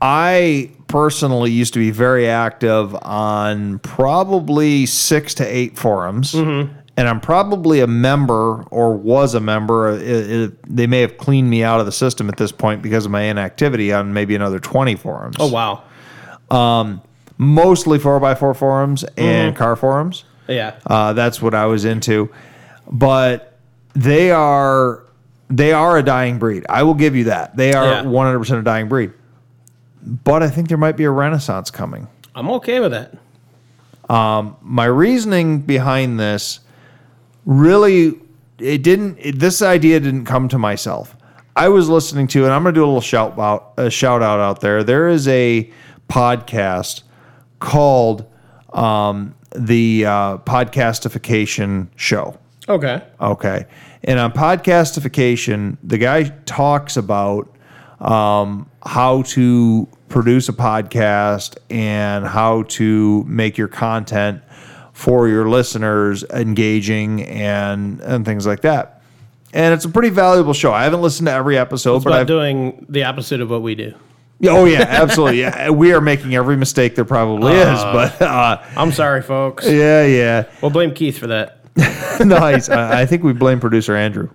S1: I personally used to be very active on probably six to eight forums.
S2: Mm-hmm.
S1: And I'm probably a member or was a member. It, it- they may have cleaned me out of the system at this point because of my inactivity on maybe another 20 forums.
S2: Oh wow,
S1: Mostly 4x4 forums and
S2: Mm-hmm.
S1: car forums.
S2: yeah,
S1: Uh, that's what I was into. But they are they are a dying breed. I will give you that. They
S2: Yeah.
S1: are one hundred percent a dying breed. But I think there might be a renaissance coming.
S2: I'm okay with that.
S1: My reasoning behind this really it didn't it, this idea didn't come to myself. I was listening to and I'm going to do a little shout out a shout out out there. There is a podcast called um, the uh, podcastification show.
S2: Okay,
S1: Okay. And on podcastification, the guy talks about um, how to produce a podcast and how to make your content for your listeners engaging and and things like that. And it's a pretty valuable show. I haven't listened to every episode, but
S2: but
S1: I've
S2: doing the opposite of what we do.
S1: Yeah, oh yeah, absolutely. yeah, we are making every mistake there probably is, but uh,
S2: I'm sorry, folks.
S1: yeah, yeah,
S2: We'll blame Keith for that.
S1: nice. I, I think we blame producer Andrew.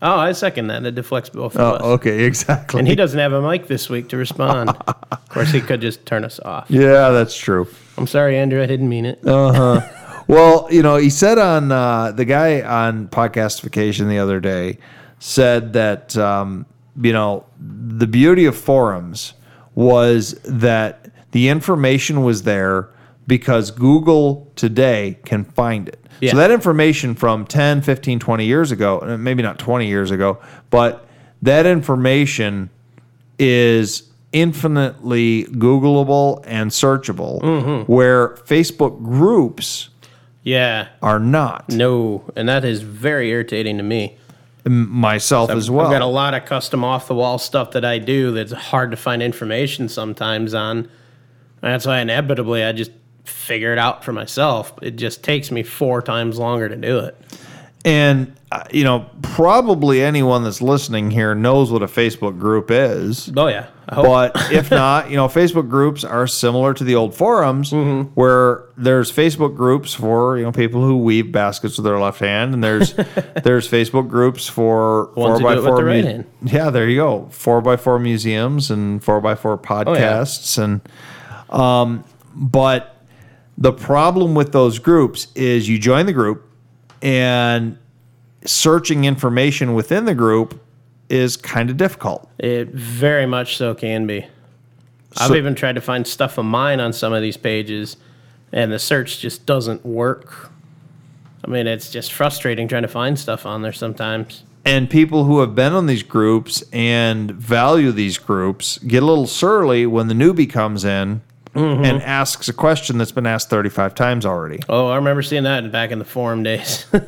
S2: Oh, I second that. That deflects both of us.
S1: Oh, okay, exactly.
S2: And he doesn't have a mic this week to respond. of course, he could just turn us off.
S1: yeah, that's true.
S2: I'm sorry, Andrew. I didn't mean it.
S1: Oh. Well, you know, he said on uh, the guy on podcastification the other day said that um, you know the beauty of forums was that the information was there because Google today can find it.
S2: Yeah.
S1: So that information from 10, 15, 20 years ago, uh, and maybe not 20 years ago, but that information is infinitely Googleable and searchable, where Facebook groups
S2: Yeah.
S1: are not.
S2: No, and that is very irritating to me.
S1: Myself as well.
S2: I've got a lot of custom off the wall stuff that I do that's hard to find information sometimes on. And that's why inevitably I just figure it out for myself. It just takes me four times longer to do it.
S1: And uh, you know, probably anyone that's listening here knows what a Facebook group is.
S2: Oh yeah. I hope
S1: But if not, you know, Facebook groups are similar to the old forums
S2: Mm-hmm.
S1: where there's Facebook groups for, you know, people who weave baskets with their left hand and there's there's Facebook groups for
S2: Ones
S1: four
S2: who
S1: by
S2: do it with
S1: four
S2: their right
S1: mu-
S2: hand.
S1: Yeah, there you go. Four by four museums and four by
S2: Oh,
S1: four podcasts and um but the problem with those groups is you join the group and searching information within the group is kind of difficult.
S2: it very much so can be. I've
S1: So-
S2: even tried to find stuff of mine on some of these pages and the search just doesn't work. I mean, it's just frustrating trying to find stuff on there sometimes.
S1: and people who have been on these groups and value these groups get a little surly when the newbie comes in and asks a question that's been asked 35 times already.
S2: Mm-hmm. Oh, I remember seeing that back in the forum days.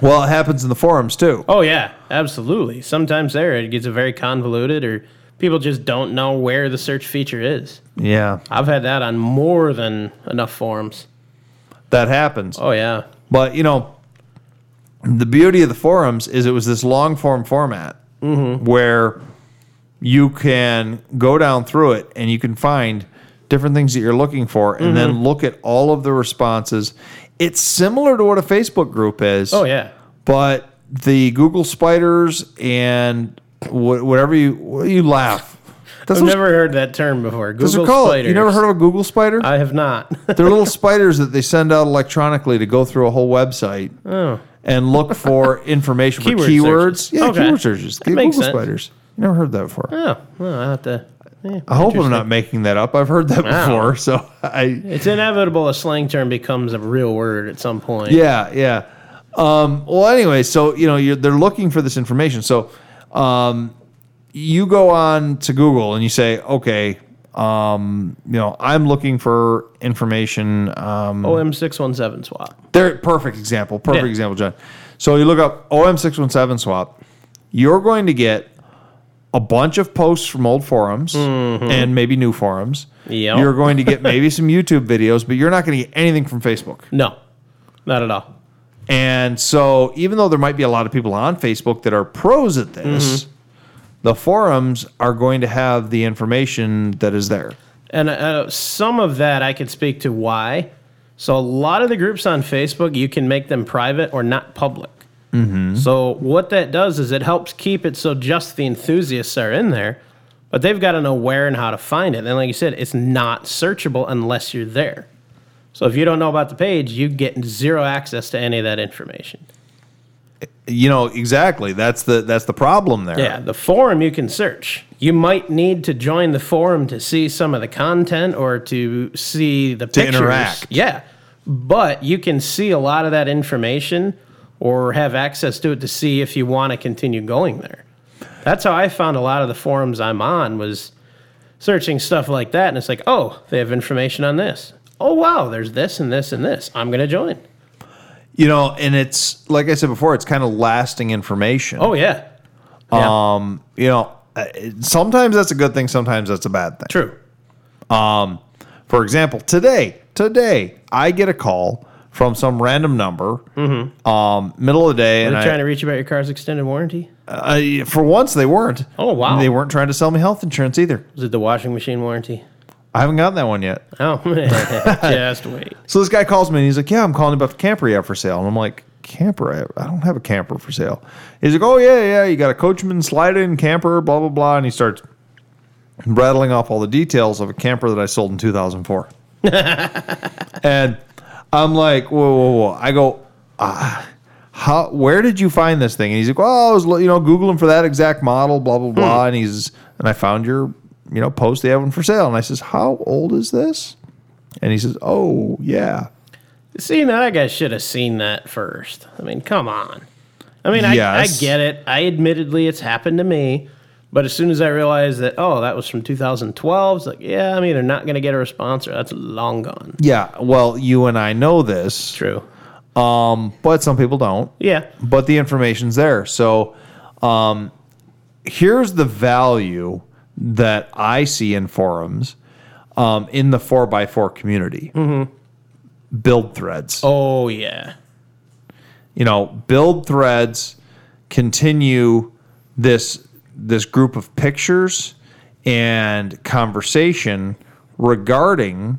S1: Well, it happens in the forums too.
S2: Oh yeah, absolutely. Sometimes there it gets very convoluted, or people just don't know where the search feature is.
S1: Yeah,
S2: I've had that on more than enough forums.
S1: that happens.
S2: Oh yeah,
S1: But, you know, the beauty of the forums is it was this long form format
S2: Mm-hmm.
S1: where you can go down through it and you can find different things that you're looking for and
S2: Mm-hmm.
S1: then look at all of the responses. It's similar to what a Facebook group is.
S2: oh yeah,
S1: but the Google spiders and wha- whatever you what you laugh. That's
S2: I've
S1: what
S2: never heard that term before.
S1: that's what
S2: Google
S1: you call
S2: spiders.
S1: it. You never heard of a Google spider?
S2: I have not.
S1: They're little spiders that they send out electronically to go through a whole website and look for information for
S2: Oh. Keyword
S1: keywords.
S2: searches.
S1: Yeah,
S2: Okay.
S1: keyword searches.
S2: That
S1: The
S2: makes
S1: Google
S2: sense.
S1: spiders. You never heard that before.
S2: oh, well, I have to. yeah.
S1: I hope I'm not making that up. I've heard that before. So I
S2: It's inevitable a slang term becomes a real word at some point.
S1: Yeah, yeah. Um, well, anyway, so you know you're, they're looking for this information. So um, you go on to Google and you say, okay, um, you know, I'm looking for information. Um,
S2: OM six one seven swap.
S1: there, perfect example, perfect
S2: Yeah.
S1: example, John. So you look up OM six one seven swap. You're going to get a bunch of posts from old forums and maybe new forums.
S2: Mm-hmm. Yep.
S1: You're going to get maybe some YouTube videos, but you're not going to get anything from Facebook.
S2: No, not at all.
S1: And so, even though there might be a lot of people on Facebook that are pros at this, the forums are going to have the information that is there.
S2: and uh, some of that I could speak to why. So a lot of the groups on Facebook, you can make them private or not public. So what that does is it helps keep it so just the enthusiasts are in there, but they've got to know where and how to find it. And like you said, it's not searchable unless you're there. So if you don't know about the page, you get zero access to any of that information.
S1: You know exactly. That's the that's the problem there.
S2: Yeah, the forum you can search. You might need to join the forum to see some of the content or to see the pictures.
S1: interact.
S2: Yeah, but you can see a lot of that information or have access to it to see if you want to continue going there. That's how I found a lot of the forums I'm on was searching stuff like that, and it's like, oh, they have information on this. Oh wow, there's this and this and this. I'm gonna join.
S1: You know, and it's like I said before, it's kind of lasting information.
S2: Oh yeah, yeah,
S1: Um, you know, uh, sometimes that's a good thing. Sometimes that's a bad thing.
S2: true.
S1: For example, today, today I get a call from some random number, um, middle of the day,
S2: Are
S1: and
S2: they
S1: I,
S2: Mm-hmm. trying to reach about your car's extended warranty?
S1: I- for once they weren't.
S2: Oh, wow.
S1: They weren't trying to sell me health insurance either.
S2: Was it the washing machine warranty?
S1: I haven't gotten that one yet.
S2: Oh, just wait.
S1: So this guy calls me and he's like, "Yeah, I'm calling about the camper you have for sale." And I'm like, "Camper? I, I don't have a camper for sale." He's like, "Oh yeah, yeah, you got a Coachman slide-in camper, blah blah blah," and he starts rattling off all the details of a camper that I sold in 2004. and I'm like, "Whoa, whoa, whoa!" I go, "Uh, how where did you find this thing? And he's like, well, I was you know googling for that exact model, blah blah blah. And he's and I found your you know post they have one for sale. And I says, how old is this? And he says, oh yeah,
S2: See, now that guy should have seen that first. I mean, come on. I mean, I, I
S1: Yes.
S2: get it. I admittedly, it's happened to me. But as soon as I realized that, oh, that was from 2012, it's like, yeah, I'm either not going to get a response or that's long gone.
S1: Yeah. Well, you and I know this,
S2: True.
S1: um, but some people don't.
S2: Yeah.
S1: but the information's there. So um, here's the value that I see in forums um, in the 4x4 community build threads.
S2: Oh, yeah.
S1: You know, build threads continue this this group of pictures and conversation regarding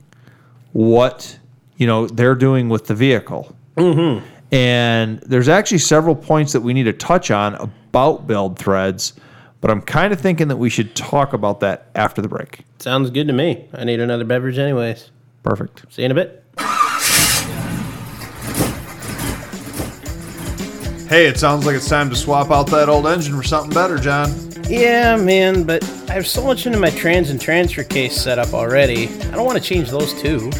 S1: what you know they're doing with the vehicle. And there's actually several points that we need to touch on about build threads, but I'm kind of thinking that we should talk about that after the break.
S2: Sounds good to me. I need another beverage, anyways.
S1: Perfect.
S2: See you in a bit.
S1: Hey, it sounds like it's time to swap out that old engine for something better, John.
S2: Yeah, man, but I have so much into my trans and transfer case set up already. I don't want to change those two.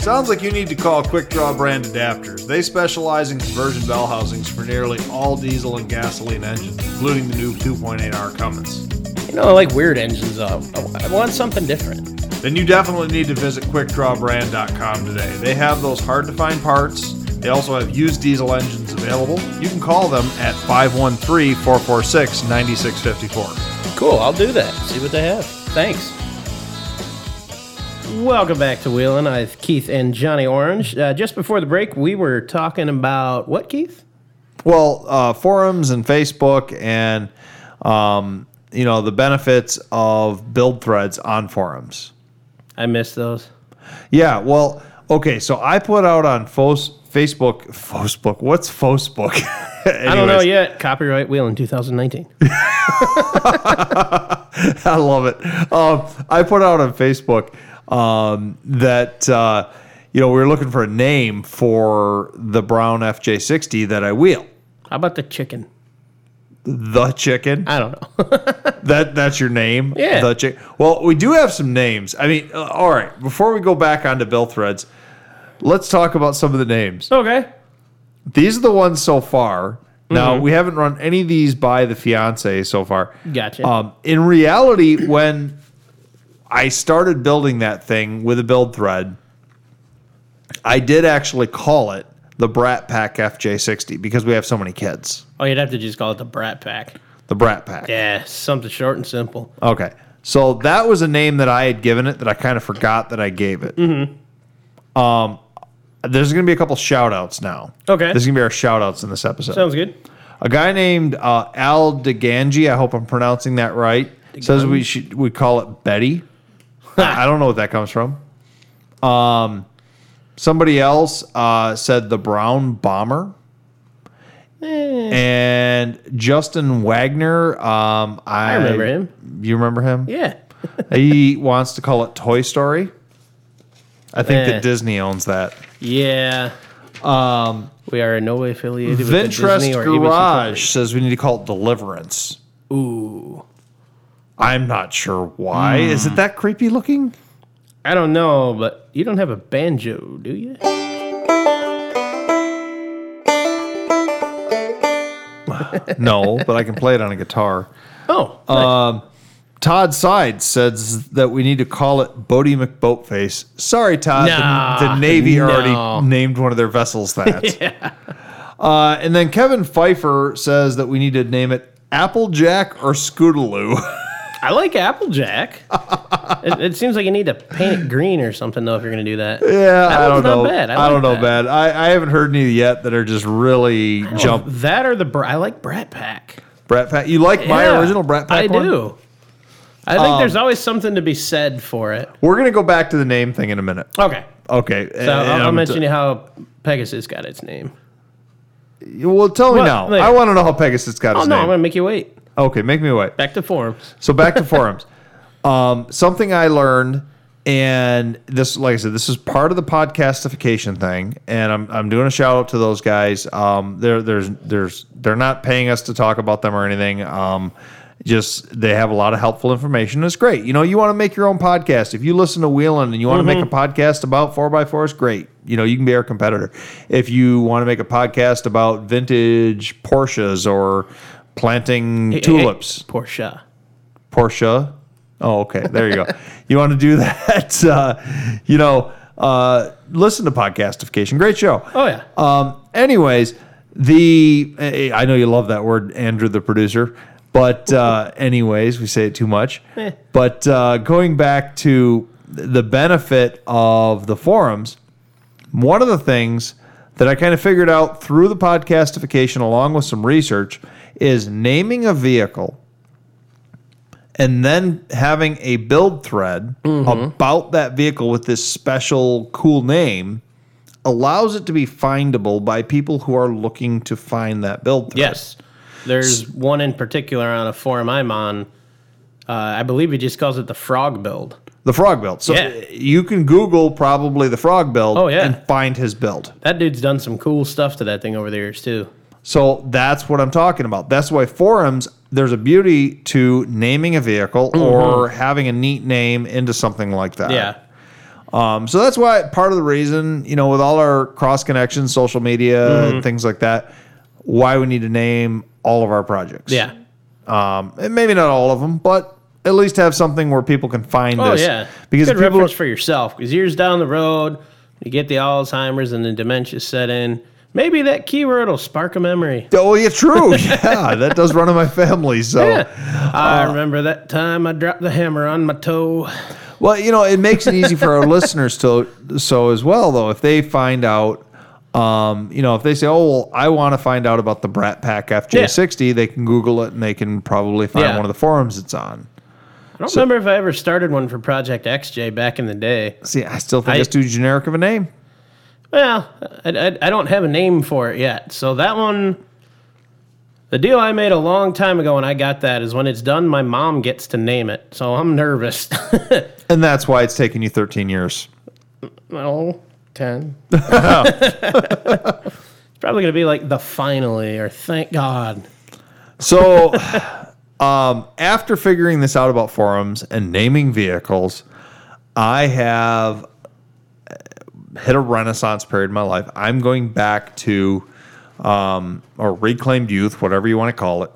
S1: Sounds like you need to call Quick Draw Brand Adapters. They specialize in conversion bell housings for nearly all diesel and gasoline engines, including the new 2.8R Cummins.
S2: You know, I like weird engines up. I I want something different.
S1: then you definitely need to visit quickdrawbrand.com today. They have those hard to find parts. They also have used diesel engines available. You can call them at 513 446 9654.
S2: Cool, I'll do that. See what they have. Thanks. Welcome back to Wheeling. I'm Keith and Johnny Orange. Uh, just before the break, we were talking about what, Keith?
S1: Well, uh, forums and Facebook and, um, you know, the benefits of build threads on forums.
S2: I missed those.
S1: Yeah, well, okay, so I put out on Fos- Facebook, Facebook, what's Facebook?
S2: I don't know yet. Copyright Wheeling 2019.
S1: I love it. Um, I put out on Facebook um, that uh, you know we were looking for a name for the brown FJ60 that I wheel.
S2: How about the chicken?
S1: The chicken.
S2: I don't know.
S1: That that's your name.
S2: Yeah.
S1: The chick. Well, we do have some names. I mean, uh, all right. Before we go back onto bill threads, let's talk about some of the names.
S2: okay.
S1: These are the ones so far. Now
S2: Mm-hmm.
S1: we haven't run any of these by the fiance so far.
S2: Gotcha.
S1: Um, in reality, when I started building that thing with a build thread, I did actually call it the Brat Pack FJ60 because we have so many kids.
S2: oh, you'd have to just call it the Brat Pack.
S1: The Brat Pack.
S2: Yeah, something short and simple.
S1: Okay. So that was a name that I had given it that I kind of forgot that I gave it.
S2: Mm-hmm.
S1: Um, there's going to be a couple shout outs now.
S2: Okay.
S1: There's going to be our shout outs in this episode.
S2: Sounds good.
S1: A guy named uh, Al DeGangi, I hope I'm pronouncing that right, says we should we call it Betty. I I don't know what that comes from. Um, somebody else uh, said the Brown Bomber.
S2: Eh.
S1: And Justin Wagner, um, I,
S2: I remember him.
S1: You remember him?
S2: Yeah.
S1: He wants to call it Toy Story. I think
S2: Eh.
S1: that Disney owns that.
S2: Yeah. Um, we are in no way affiliated with the
S1: Vintress
S2: Disney or ABC
S1: Garage says we need to call it Deliverance.
S2: Ooh.
S1: I'm not sure why. Is it that creepy looking?
S2: I don't know, but you don't have a banjo, do you?
S1: No, but I can play it on a guitar.
S2: Oh,
S1: Todd Sides says that we need to call it Bodie McBoatface. Sorry, Todd. the-
S2: Nah,
S1: the, Navy
S2: no.
S1: already named one of their vessels that. uh, and then Kevin Pfeiffer says that we need to name it Applejack or Scootaloo.
S2: I like Applejack. it, it seems like you need to paint it green or something, though, if you're going to do that.
S1: Yeah,
S2: That
S1: I don't
S2: one's not
S1: know.
S2: bad. I
S1: I,
S2: like
S1: don't know,
S2: that. Oh.
S1: bad. I, I haven't heard any yet that are just really jump.
S2: That or the br- I like Brat Pack.
S1: Brat Pack. You like my
S2: Yeah,
S1: original Brat Pack?
S2: I
S1: one? Um,
S2: do. I think there's always something to be said for it.
S1: We're gonna go back to the name thing in a minute.
S2: Okay.
S1: Okay. um,
S2: So I'll, I'll mention you how Pegasus got its name.
S1: Well, tell me
S2: What?
S1: now.
S2: Like-
S1: I want to know how Pegasus got
S2: Oh,
S1: his
S2: no, I'm
S1: name.
S2: going to make you wait.
S1: Okay, make me wait.
S2: Back to forums.
S1: So back to forums. Um, something I learned, and this, like I said, this is part of the podcastification thing, and I'm, I'm doing a shout out to those guys. Um, they're, there's, there's, they're not paying us to talk about them or anything. Um, just they have a lot of helpful information. It's great. You know, you want to make your own podcast. If you listen to Wheeling and you want to make a podcast about 4x4, it's great. You know, you can be our competitor. If you want to make a podcast about vintage Porsches or planting tulips,
S2: Porsche.
S1: Porsche. Oh, okay. There you go. you want to do that? Uh, you know, uh, listen to Podcastification. Great show.
S2: Oh, yeah.
S1: Um, anyways, the eh, I know you love that word, Andrew, the producer. But uh, anyways, we say it too much.
S2: Eh.
S1: But uh, going back to the benefit of the forums, one of the things that I kind of figured out through the podcastification, along with some research, is naming a vehicle and then having a build thread
S2: Mm-hmm.
S1: about that vehicle with this special cool name allows it to be findable by people who are looking to find that build thread.
S2: Yes. There's one in particular on a forum I'm on. Uh, I believe he just calls it the frog build.
S1: The frog build. So
S2: Yeah.
S1: you can Google probably the frog build
S2: Oh, yeah.
S1: and find his build.
S2: That dude's done some cool stuff to that thing over the years, too.
S1: So that's what I'm talking about. That's why forums, there's a beauty to naming a vehicle or having a neat name into something like that.
S2: Mm-hmm. Yeah.
S1: Um, so that's why part of the reason, you know, with all our cross connections, social media,
S2: Mm-hmm.
S1: and things like that, why we need to name all of our projects.
S2: Yeah.
S1: Um, and maybe not all of them, but at least have something where people can find
S2: Oh,
S1: this.
S2: yeah.
S1: Because
S2: Good
S1: if people,
S2: reference for yourself. Because years down the road, you get the Alzheimer's and the dementia set in. Maybe that keyword will spark a memory.
S1: oh, yeah, true. yeah, that does run in my family. So.
S2: I remember that time I dropped the hammer on my toe.
S1: Well, you know, it makes it easy for our listeners to so as well though if they find out. Um, you know, if they say, "Oh, well, I want to find out about the Brat Pack FJ60," they can Google it and they can probably find
S2: Yeah.
S1: one of the forums it's on.
S2: I don't remember if I ever started one for Project XJ back in the day.
S1: See, I still think
S2: I-
S1: it's too generic of a name.
S2: Well, I, I, I don't have a name for it yet. So that one, the deal I made a long time ago when I got that is when it's done, my mom gets to name it. So I'm nervous.
S1: And that's why it's taken you 13 years.
S2: well, 10. it's probably going to be like the finally or thank God.
S1: So, um, after figuring this out about forums and naming vehicles, I have uh, hit a renaissance period in my life. I'm going back to, um, or reclaimed youth, whatever you want to call it.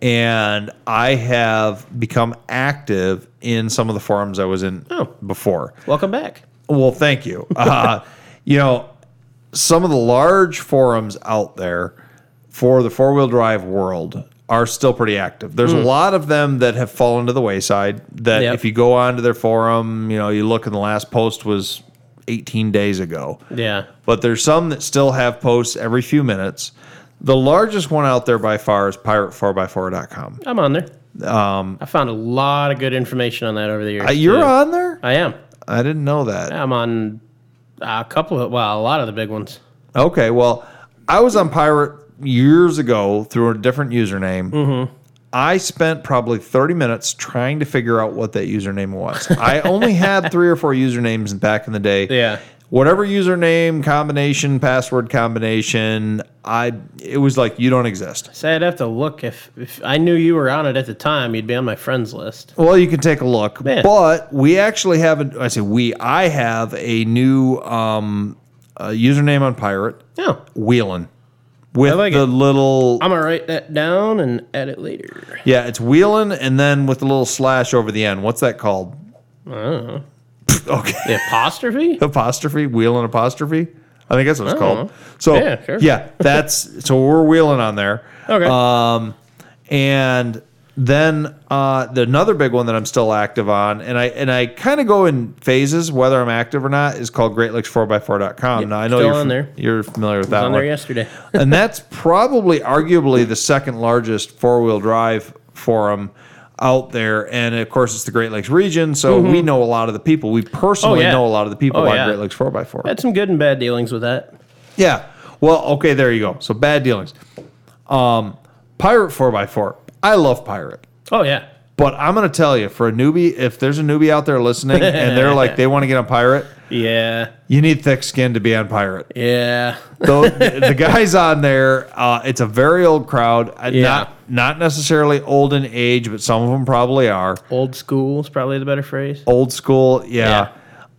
S1: And I have become active in some of the forums I was in
S2: Oh.
S1: before.
S2: Welcome back.
S1: Well, thank you. Uh, you know, some of the large forums out there for the four wheel drive world are still pretty active. There's a lot of them that have fallen to the wayside. That
S2: Yep.
S1: if you go onto their forum, you know, you look and the last post was 18 days ago.
S2: Yeah.
S1: But there's some that still have posts every few minutes. The largest one out there by far is pirate4x4.com.
S2: I'm on there. Um, I found a lot of good information on that over the years.
S1: Uh, you're
S2: too.
S1: on there?
S2: I am.
S1: I didn't know that.
S2: I'm on a couple of, well, a lot of the big ones.
S1: Okay, well, I was on Pirate years ago through a different username.
S2: Mm-hmm.
S1: I spent probably 30 minutes trying to figure out what that username was. I only had three or four usernames back in the day.
S2: Yeah.
S1: Whatever username combination, password combination, I it was like you don't exist.
S2: Say I'd have to look if, if I knew you were on it at the time, you'd be on my friends list.
S1: Well, you can take a look,
S2: Man.
S1: but we actually have. A, I say we. I have a new um, uh, username on Pirate,
S2: No.
S1: Wheelin, with
S2: like
S1: the
S2: it.
S1: little
S2: I'm gonna write that down and add it later.
S1: Yeah, it's wheeling and then with a little slash over the end. What's that called? Okay.
S2: The apostrophe?
S1: Apostrophe, wheeling apostrophe. I think that's what it's called. So
S2: Yeah,
S1: yeah,
S2: sure.
S1: that's so we're wheeling on there.
S2: Okay.
S1: Um, and then uh, the another big one that I'm still active on, and I and I kind of go in phases whether I'm active or not, is called Great Lakes 4x4.com. now I know
S2: still
S1: you're
S2: on
S1: fam-
S2: there.
S1: You're familiar with that
S2: on
S1: one
S2: there yesterday.
S1: and that's probably arguably the second largest four wheel drive forum out there. And of course, it's the Great Lakes region, so we know a lot of the people. We personally
S2: Mm-hmm. Oh, yeah.
S1: know a lot of the people
S2: Oh,
S1: on
S2: yeah.
S1: Great Lakes 4x4.
S2: Had some good and bad dealings with that.
S1: yeah. Well, okay, there you go. So bad dealings. Um, Pirate 4x4. I love Pirate.
S2: Oh yeah.
S1: But I'm going to tell you, for a newbie, if there's a newbie out there listening and they're like, they want to get on Pirate,
S2: Yeah.
S1: you need thick skin to be on Pirate.
S2: Yeah.
S1: Though the guys on there, uh, it's a very old crowd. Uh,
S2: Yeah.
S1: Not not necessarily old in age, but some of them probably are
S2: Old school is probably the better phrase.
S1: old school. Yeah.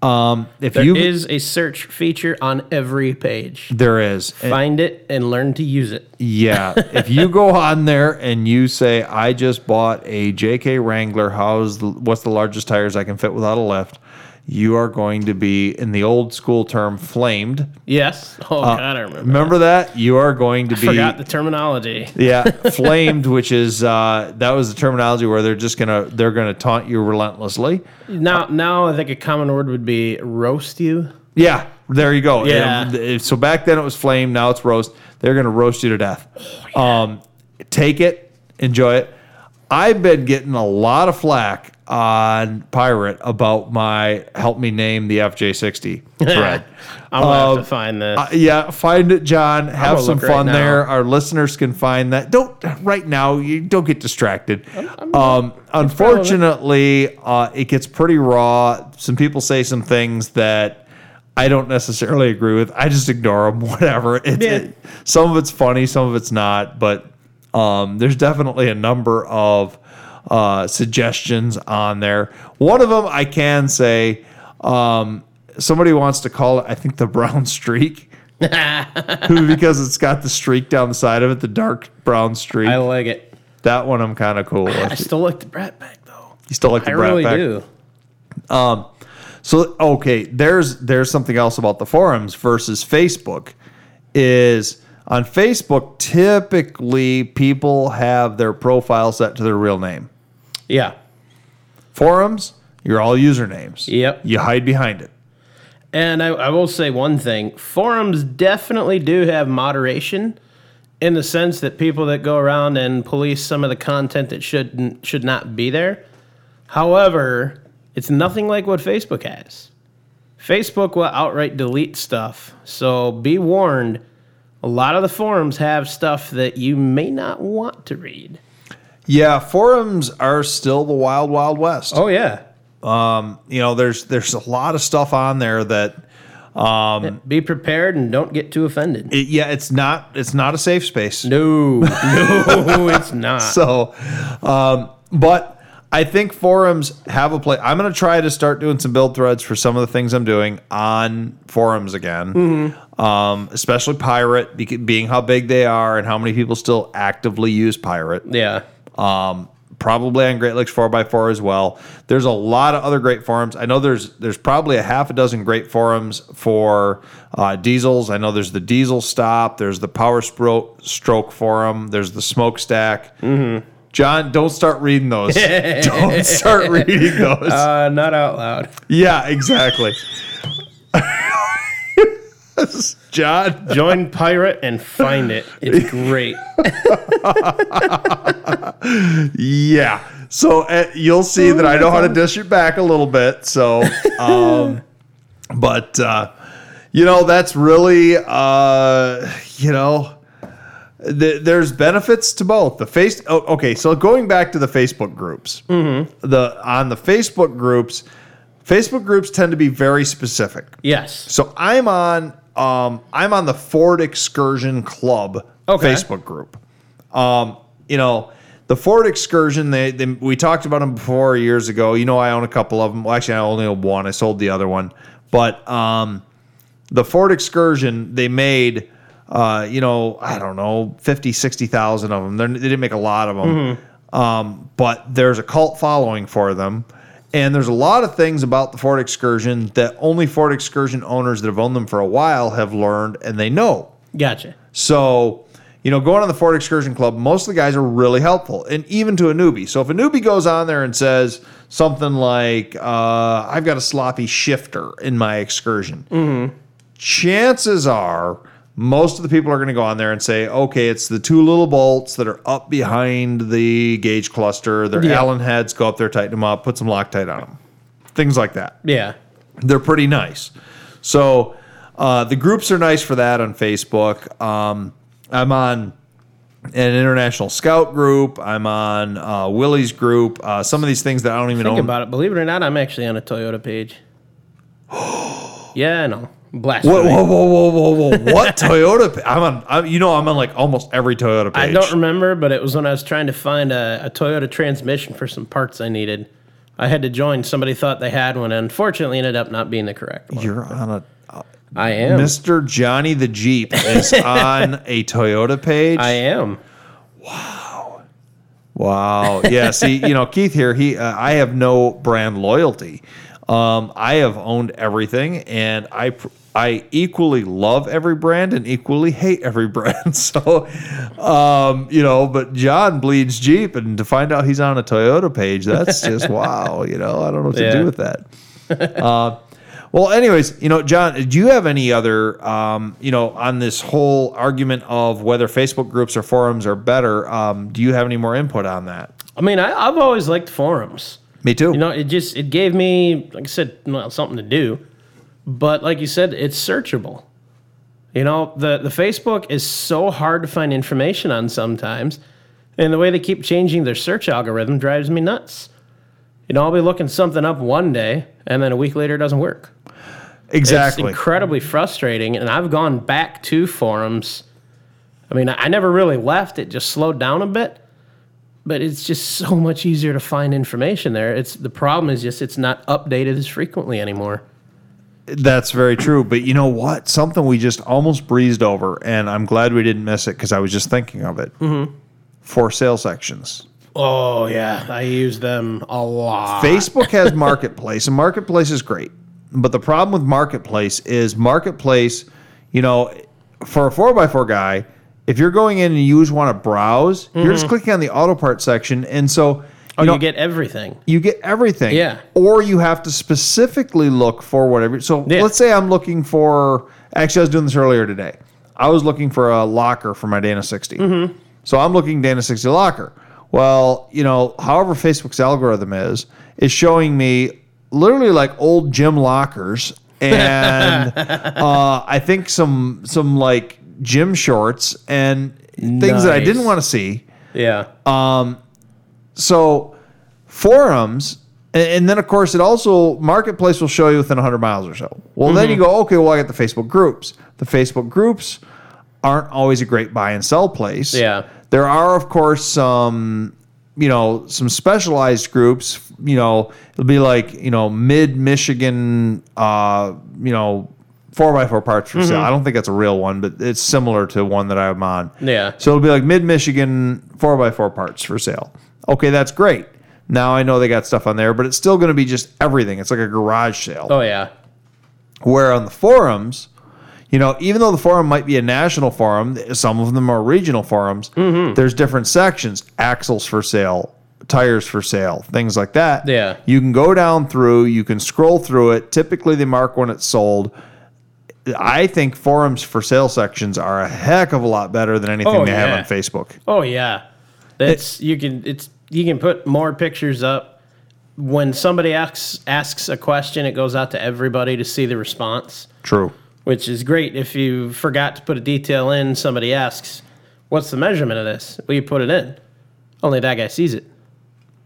S1: Um, if
S2: There
S1: you
S2: is a search feature on every page.
S1: there is
S2: Find it and learn to use it.
S1: Yeah. if you go on there and you say, I just bought a JK Wrangler, how's the, what's the largest tires I can fit without a lift? You are going to be, in the old school term, flamed.
S2: Yes. Oh God, I remember.
S1: Remember that? You are going to be.
S2: Forgot the terminology.
S1: yeah, flamed, which is uh, that was the terminology where they're just gonna they're gonna taunt you relentlessly.
S2: Now, now I think a common word would be roast you.
S1: Yeah, there you go.
S2: Yeah.
S1: And, uh, so back then it was flame. Now it's roast. They're gonna roast you to death. Um, take it, enjoy it. I've been getting a lot of flack on Pirate about my help me name the FJ60 thread.
S2: I'm gonna have to find this.
S1: Uh, yeah, find it, John. Have
S2: gonna
S1: some
S2: look right
S1: fun
S2: now.
S1: there. Our listeners can find that. Don't right now. You don't get distracted. um, unfortunately, uh, it gets pretty raw. Some people say some things that I don't necessarily agree with. I just ignore them. Whatever. It,
S2: Yeah.
S1: it- some of it's funny, some of it's not. But um, there's definitely a number of uh, suggestions on there. One of them I can say. Um, somebody wants to call it. I think the brown streak because it's got the streak down the side of it, the dark brown streak.
S2: I like it.
S1: that one I'm kind of cool
S2: I
S1: with.
S2: still like the Brat Pack though.
S1: You still like the
S2: I
S1: Brat
S2: really
S1: Pack?
S2: do.
S1: So okay, there's there's something else about the forums versus Facebook is on Facebook typically people have their profile set to their real name.
S2: Yeah.
S1: Forums, you're all usernames.
S2: Yep.
S1: You hide behind it.
S2: And I, I will say one thing forums definitely do have moderation in the sense that people that go around and police some of the content that shouldn't should not be there. However, it's nothing like what Facebook has. Facebook will outright delete stuff. So be warned, a lot of the forums have stuff that you may not want to read.
S1: Yeah, forums are still the wild wild west.
S2: Oh yeah.
S1: You know, there's there's a lot of stuff on there that
S2: Be prepared and don't get too offended.
S1: it, yeah, it's not it's not a safe space.
S2: No, no, it's not.
S1: so um, but i think forums have a place i'm going to try to start doing some build threads for some of the things i'm doing on forums again um, especially pirate because, being how big they are and how many people still actively use pirate
S2: yeah.
S1: um, probably on Great Lakes 4x4 as well. There's a lot of other great forums. I know there's there's probably a half a dozen great forums for uh, diesels. I know there's the Diesel Stop, there's the Power Spro- Stroke Forum, there's the Smokestack. John, don't start reading those. don't start reading those.
S2: Uh, not out loud.
S1: yeah, exactly. John,
S2: Join Pirate and find it. It's great.
S1: Yeah. So uh, you'll see that I know how to dish it back a little bit. So, um, but uh, you know, that's really, uh, you know, th- there's benefits to both. The face. Oh, okay, so going back to the Facebook groups, the on the Facebook groups, Facebook groups tend to be very specific.
S2: Yes.
S1: So I'm on um I'm on the Ford Excursion Club
S2: Okay.
S1: Facebook group. Um, you know, the Ford Excursion, they, they we talked about them before years ago. You know, I own a couple of them. Well, actually, I only own one. I sold the other one. But um, the Ford Excursion, they made, uh, you know, I don't know, 50, 60,000 of them. They're, they didn't make a lot of them. Um, but there's a cult following for them. And there's a lot of things about the Ford Excursion that only Ford Excursion owners that have owned them for a while have learned and they know.
S2: Gotcha.
S1: So, you know, going on the Ford Excursion Club, most of the guys are really helpful, and even to a newbie. So, if a newbie goes on there and says something like, uh, "I've got a sloppy shifter in my Excursion," chances are most of the people are going to go on there and say, "Okay, it's the two little bolts that are up behind the gauge cluster. They're
S2: Yeah.
S1: Allen heads. Go up there, tighten them up, put some Loctite on them, things like that."
S2: Yeah.
S1: they're pretty nice. So uh, the groups are nice for that on Facebook. Um, I'm on an international scout group. I'm on uh, Willie's group. Uh, some of these things that I don't even
S2: Think
S1: own.
S2: about it. Believe it or not, I'm actually on a Toyota page. yeah, I know. Blast.
S1: Whoa, whoa, whoa, whoa, whoa, whoa! What Toyota? pa- I'm on. I'm, you know, I'm on like almost every Toyota page.
S2: I don't remember, but it was when I was trying to find a, a Toyota transmission for some parts I needed. I had to join. Somebody thought they had one, and unfortunately, ended up not being the correct one.
S1: You're on a
S2: I am.
S1: Mr. Johnny the Jeep is on a Toyota page.
S2: I am.
S1: Wow. Yeah. See, you know, Keith here. He, uh, I have no brand loyalty. Um, I have owned everything, and I, pr- I equally love every brand and equally hate every brand. So, um, you know, but John bleeds Jeep, and to find out he's on a Toyota page, that's just wow. You know, I don't know what to
S2: Yeah.
S1: do with that. Well, anyways, you know, John, do you have any other, um, you know, on this whole argument of whether Facebook groups or forums are better? Um, do you have any more input on that?
S2: I mean, I, I've always liked forums.
S1: Me too.
S2: You know, it just it gave me, like I said, well, something to do. But like you said, it's searchable. You know, the the Facebook is so hard to find information on sometimes, and the way they keep changing their search algorithm drives me nuts. You know, I'll be looking something up one day, and then a week later it doesn't work. It's
S1: exactly.
S2: incredibly frustrating, and I've gone back to forums. I mean, I I never really left; it just slowed down a bit. But it's just so much easier to find information there. It's the problem is just it's not updated as frequently anymore.
S1: That's very true. But you know what? Something we just almost breezed over, and I'm glad we didn't miss it because I was just thinking of it.
S2: Mm-hmm.
S1: For sale sections.
S2: Oh yeah, I use them a lot.
S1: Facebook has Marketplace, and Marketplace is great. But the problem with Marketplace is Marketplace, you know, for a 4x4 guy, if you're going in and you just want to browse, you're just clicking on the auto parts section. And so you,
S2: Mm-hmm. Oh,
S1: know,
S2: you get everything.
S1: you get everything.
S2: Yeah.
S1: Or you have to specifically look for whatever. So
S2: Yeah.
S1: let's say I'm looking for, actually, I was doing this earlier today. I was looking for a locker for my Dana 60.
S2: Mm-hmm.
S1: So I'm looking Dana 60 locker. Well, you know, however Facebook's algorithm is, is showing me literally like old gym lockers and uh, I think some some like gym shorts and things that I
S2: Nice.
S1: didn't want to see
S2: Yeah.
S1: so forums and, and then of course it also marketplace will show you within 100 miles or so well then you go okay well i got the facebook groups the facebook groups aren't always a great buy and sell place
S2: Yeah.
S1: there are of course some you know some specialized groups you know it'll be like you know mid michigan uh you know four by four parts for sale i don't think that's a real one but it's similar to one that i'm on
S2: Yeah.
S1: so it'll be like mid Michigan 4x4 parts for sale. Okay, that's great. Now I know they got stuff on there, but it's still going to be just everything. It's like a garage sale.
S2: oh yeah.
S1: Where on the forums, you know, even though the forum might be a national forum, some of them are regional forums,
S2: Mm-hmm.
S1: there's different sections axles for sale, tires for sale, things like that.
S2: Yeah.
S1: You can go down through, you can scroll through it. Typically, they mark when it's sold. I think forums for sale sections are a heck of a lot better than anything
S2: Oh,
S1: they
S2: yeah.
S1: have on Facebook.
S2: Oh yeah, that's you can it's you can put more pictures up. When somebody asks asks a question, it goes out to everybody to see the response,
S1: True.
S2: which is great. If you forgot to put a detail in, somebody asks, "What's the measurement of this?" Well, you put it in. Only that guy sees it.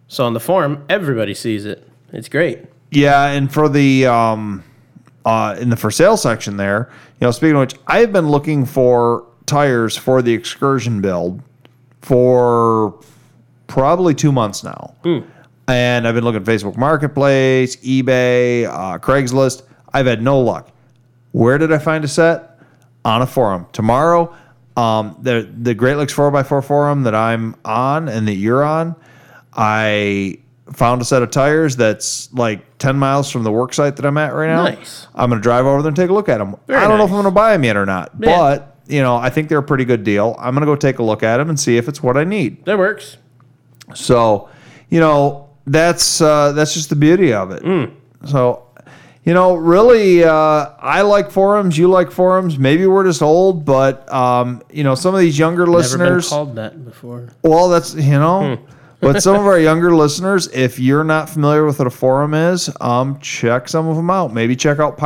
S2: So on the forum, everybody sees it. It's great.
S1: Yeah, and for the um uh in the for sale section there, you know, speaking of which, I've been looking for tires for the excursion build for probably two months now. And I've been looking at Facebook Marketplace, eBay, uh, Craigslist. I've had no luck. Where did I find a set? On a forum. Tomorrow, um, the the Great Lakes 4x4 forum that I'm on and that you're on, I found a set of tires that's like 10 miles from the work site that I'm at right now.
S2: Nice.
S1: I'm going to drive over there and take a look at them.
S2: Very
S1: I don't know if
S2: nice.
S1: I'm going to buy them yet or not,
S2: Yeah.
S1: but you know, I think they're a pretty good deal. I'm going to go take a look at them and see if it's what I need.
S2: That works.
S1: So, you know, that's uh, that's just the beauty of it.
S2: Mm.
S1: So, you know, really, uh, I like forums. You like forums. Maybe we're just old, but um, you know, some of these younger
S2: Never been
S1: listeners.
S2: called that before.
S1: Well, that's you
S2: Hmm.
S1: know, but some of our younger listeners, if you're not familiar with what a forum is, um, check some of them out. Maybe check out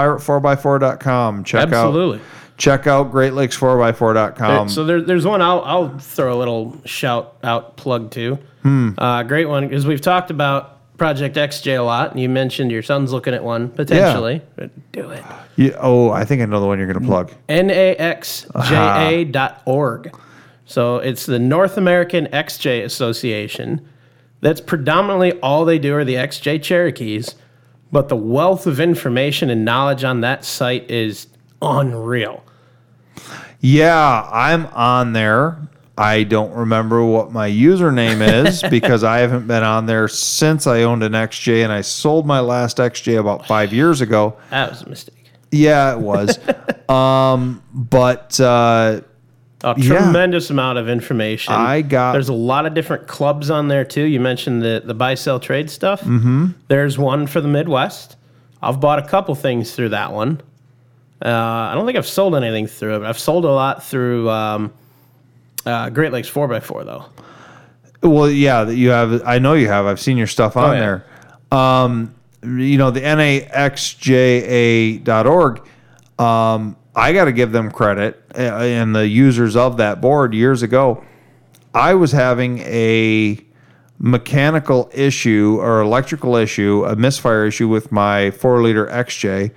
S1: pirate4x4.com. Check
S2: Absolutely.
S1: out check out Great Lakes 4x4.com.
S2: so there, there's one I'll, I'll throw a little shout out plug to.
S1: Hmm.
S2: Uh, great one because we've talked about Project XJ a lot, and you mentioned your son's looking at one potentially. But do it.
S1: You- oh, I think I know the one you're going to plug.
S2: NAXJA.org. So it's the North American XJ Association. That's predominantly all they do are the XJ Cherokees, but the wealth of information and knowledge on that site is unreal.
S1: Yeah, I'm on there. I don't remember what my username is because I haven't been on there since I owned an XJ and I sold my last XJ about five years ago.
S2: That was a mistake.
S1: Yeah, it was. um, but uh,
S2: A
S1: Yeah.
S2: tremendous amount of information.
S1: I got-
S2: There's a lot of different clubs on there too. You mentioned the the buy sell trade stuff. Mm-hmm. There's one for the Midwest. I've bought a couple things through that one. Uh, I don't think I've sold anything through it. But I've sold a lot through um, uh, Great Lakes 4x4 though.
S1: well, yeah, that you have. I know you have. I've seen your stuff on
S2: yeah.
S1: there. Um, you know, the naxja.org. Um, I got to give them credit uh, and the users of that board years ago. I was having a mechanical issue or electrical issue, a misfire issue with my four liter XJ,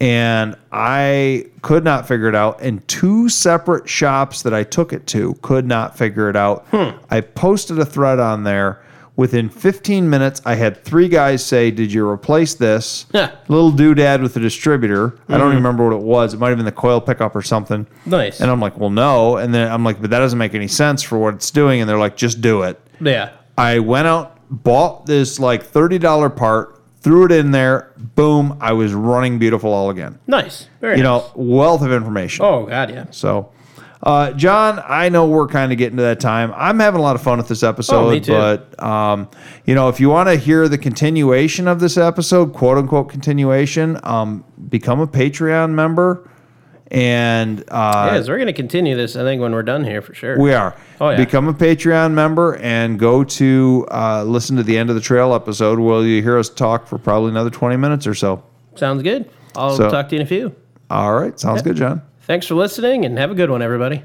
S1: and I could not figure it out. And two separate shops that I took it to could not figure it out. I posted a thread on there. Within 15 minutes, I had three guys say, Did you replace this?
S2: Yeah.
S1: Little doodad with the distributor. I don't remember what it was. It might have been the coil pickup or something.
S2: Nice.
S1: And I'm like, well, no. And then I'm like, but that doesn't make any sense for what it's doing. And they're like, just do it.
S2: Yeah.
S1: I went out, bought this like $30 part, threw it in there, boom, I was running beautiful all again.
S2: Nice. Very
S1: You
S2: nice.
S1: know, wealth of information.
S2: Oh God, yeah.
S1: So, uh, John, I know we're kind of getting to that time. I'm having a lot of fun with this episode,
S2: Oh, me too.
S1: but um, you know, if you want to hear the continuation of this episode, quote unquote continuation, um, become a Patreon member and uh,
S2: Yes, we're gonna continue this. I think when we're done here for sure.
S1: we are.
S2: Oh, yeah.
S1: Become a Patreon member and go to uh, listen to the end of the trail episode where you hear us talk for probably another 20 minutes or so.
S2: Sounds good. I'll
S1: So-
S2: talk to you in a few.
S1: All right. Sounds good, John.
S2: Thanks for listening, and have a good one, everybody.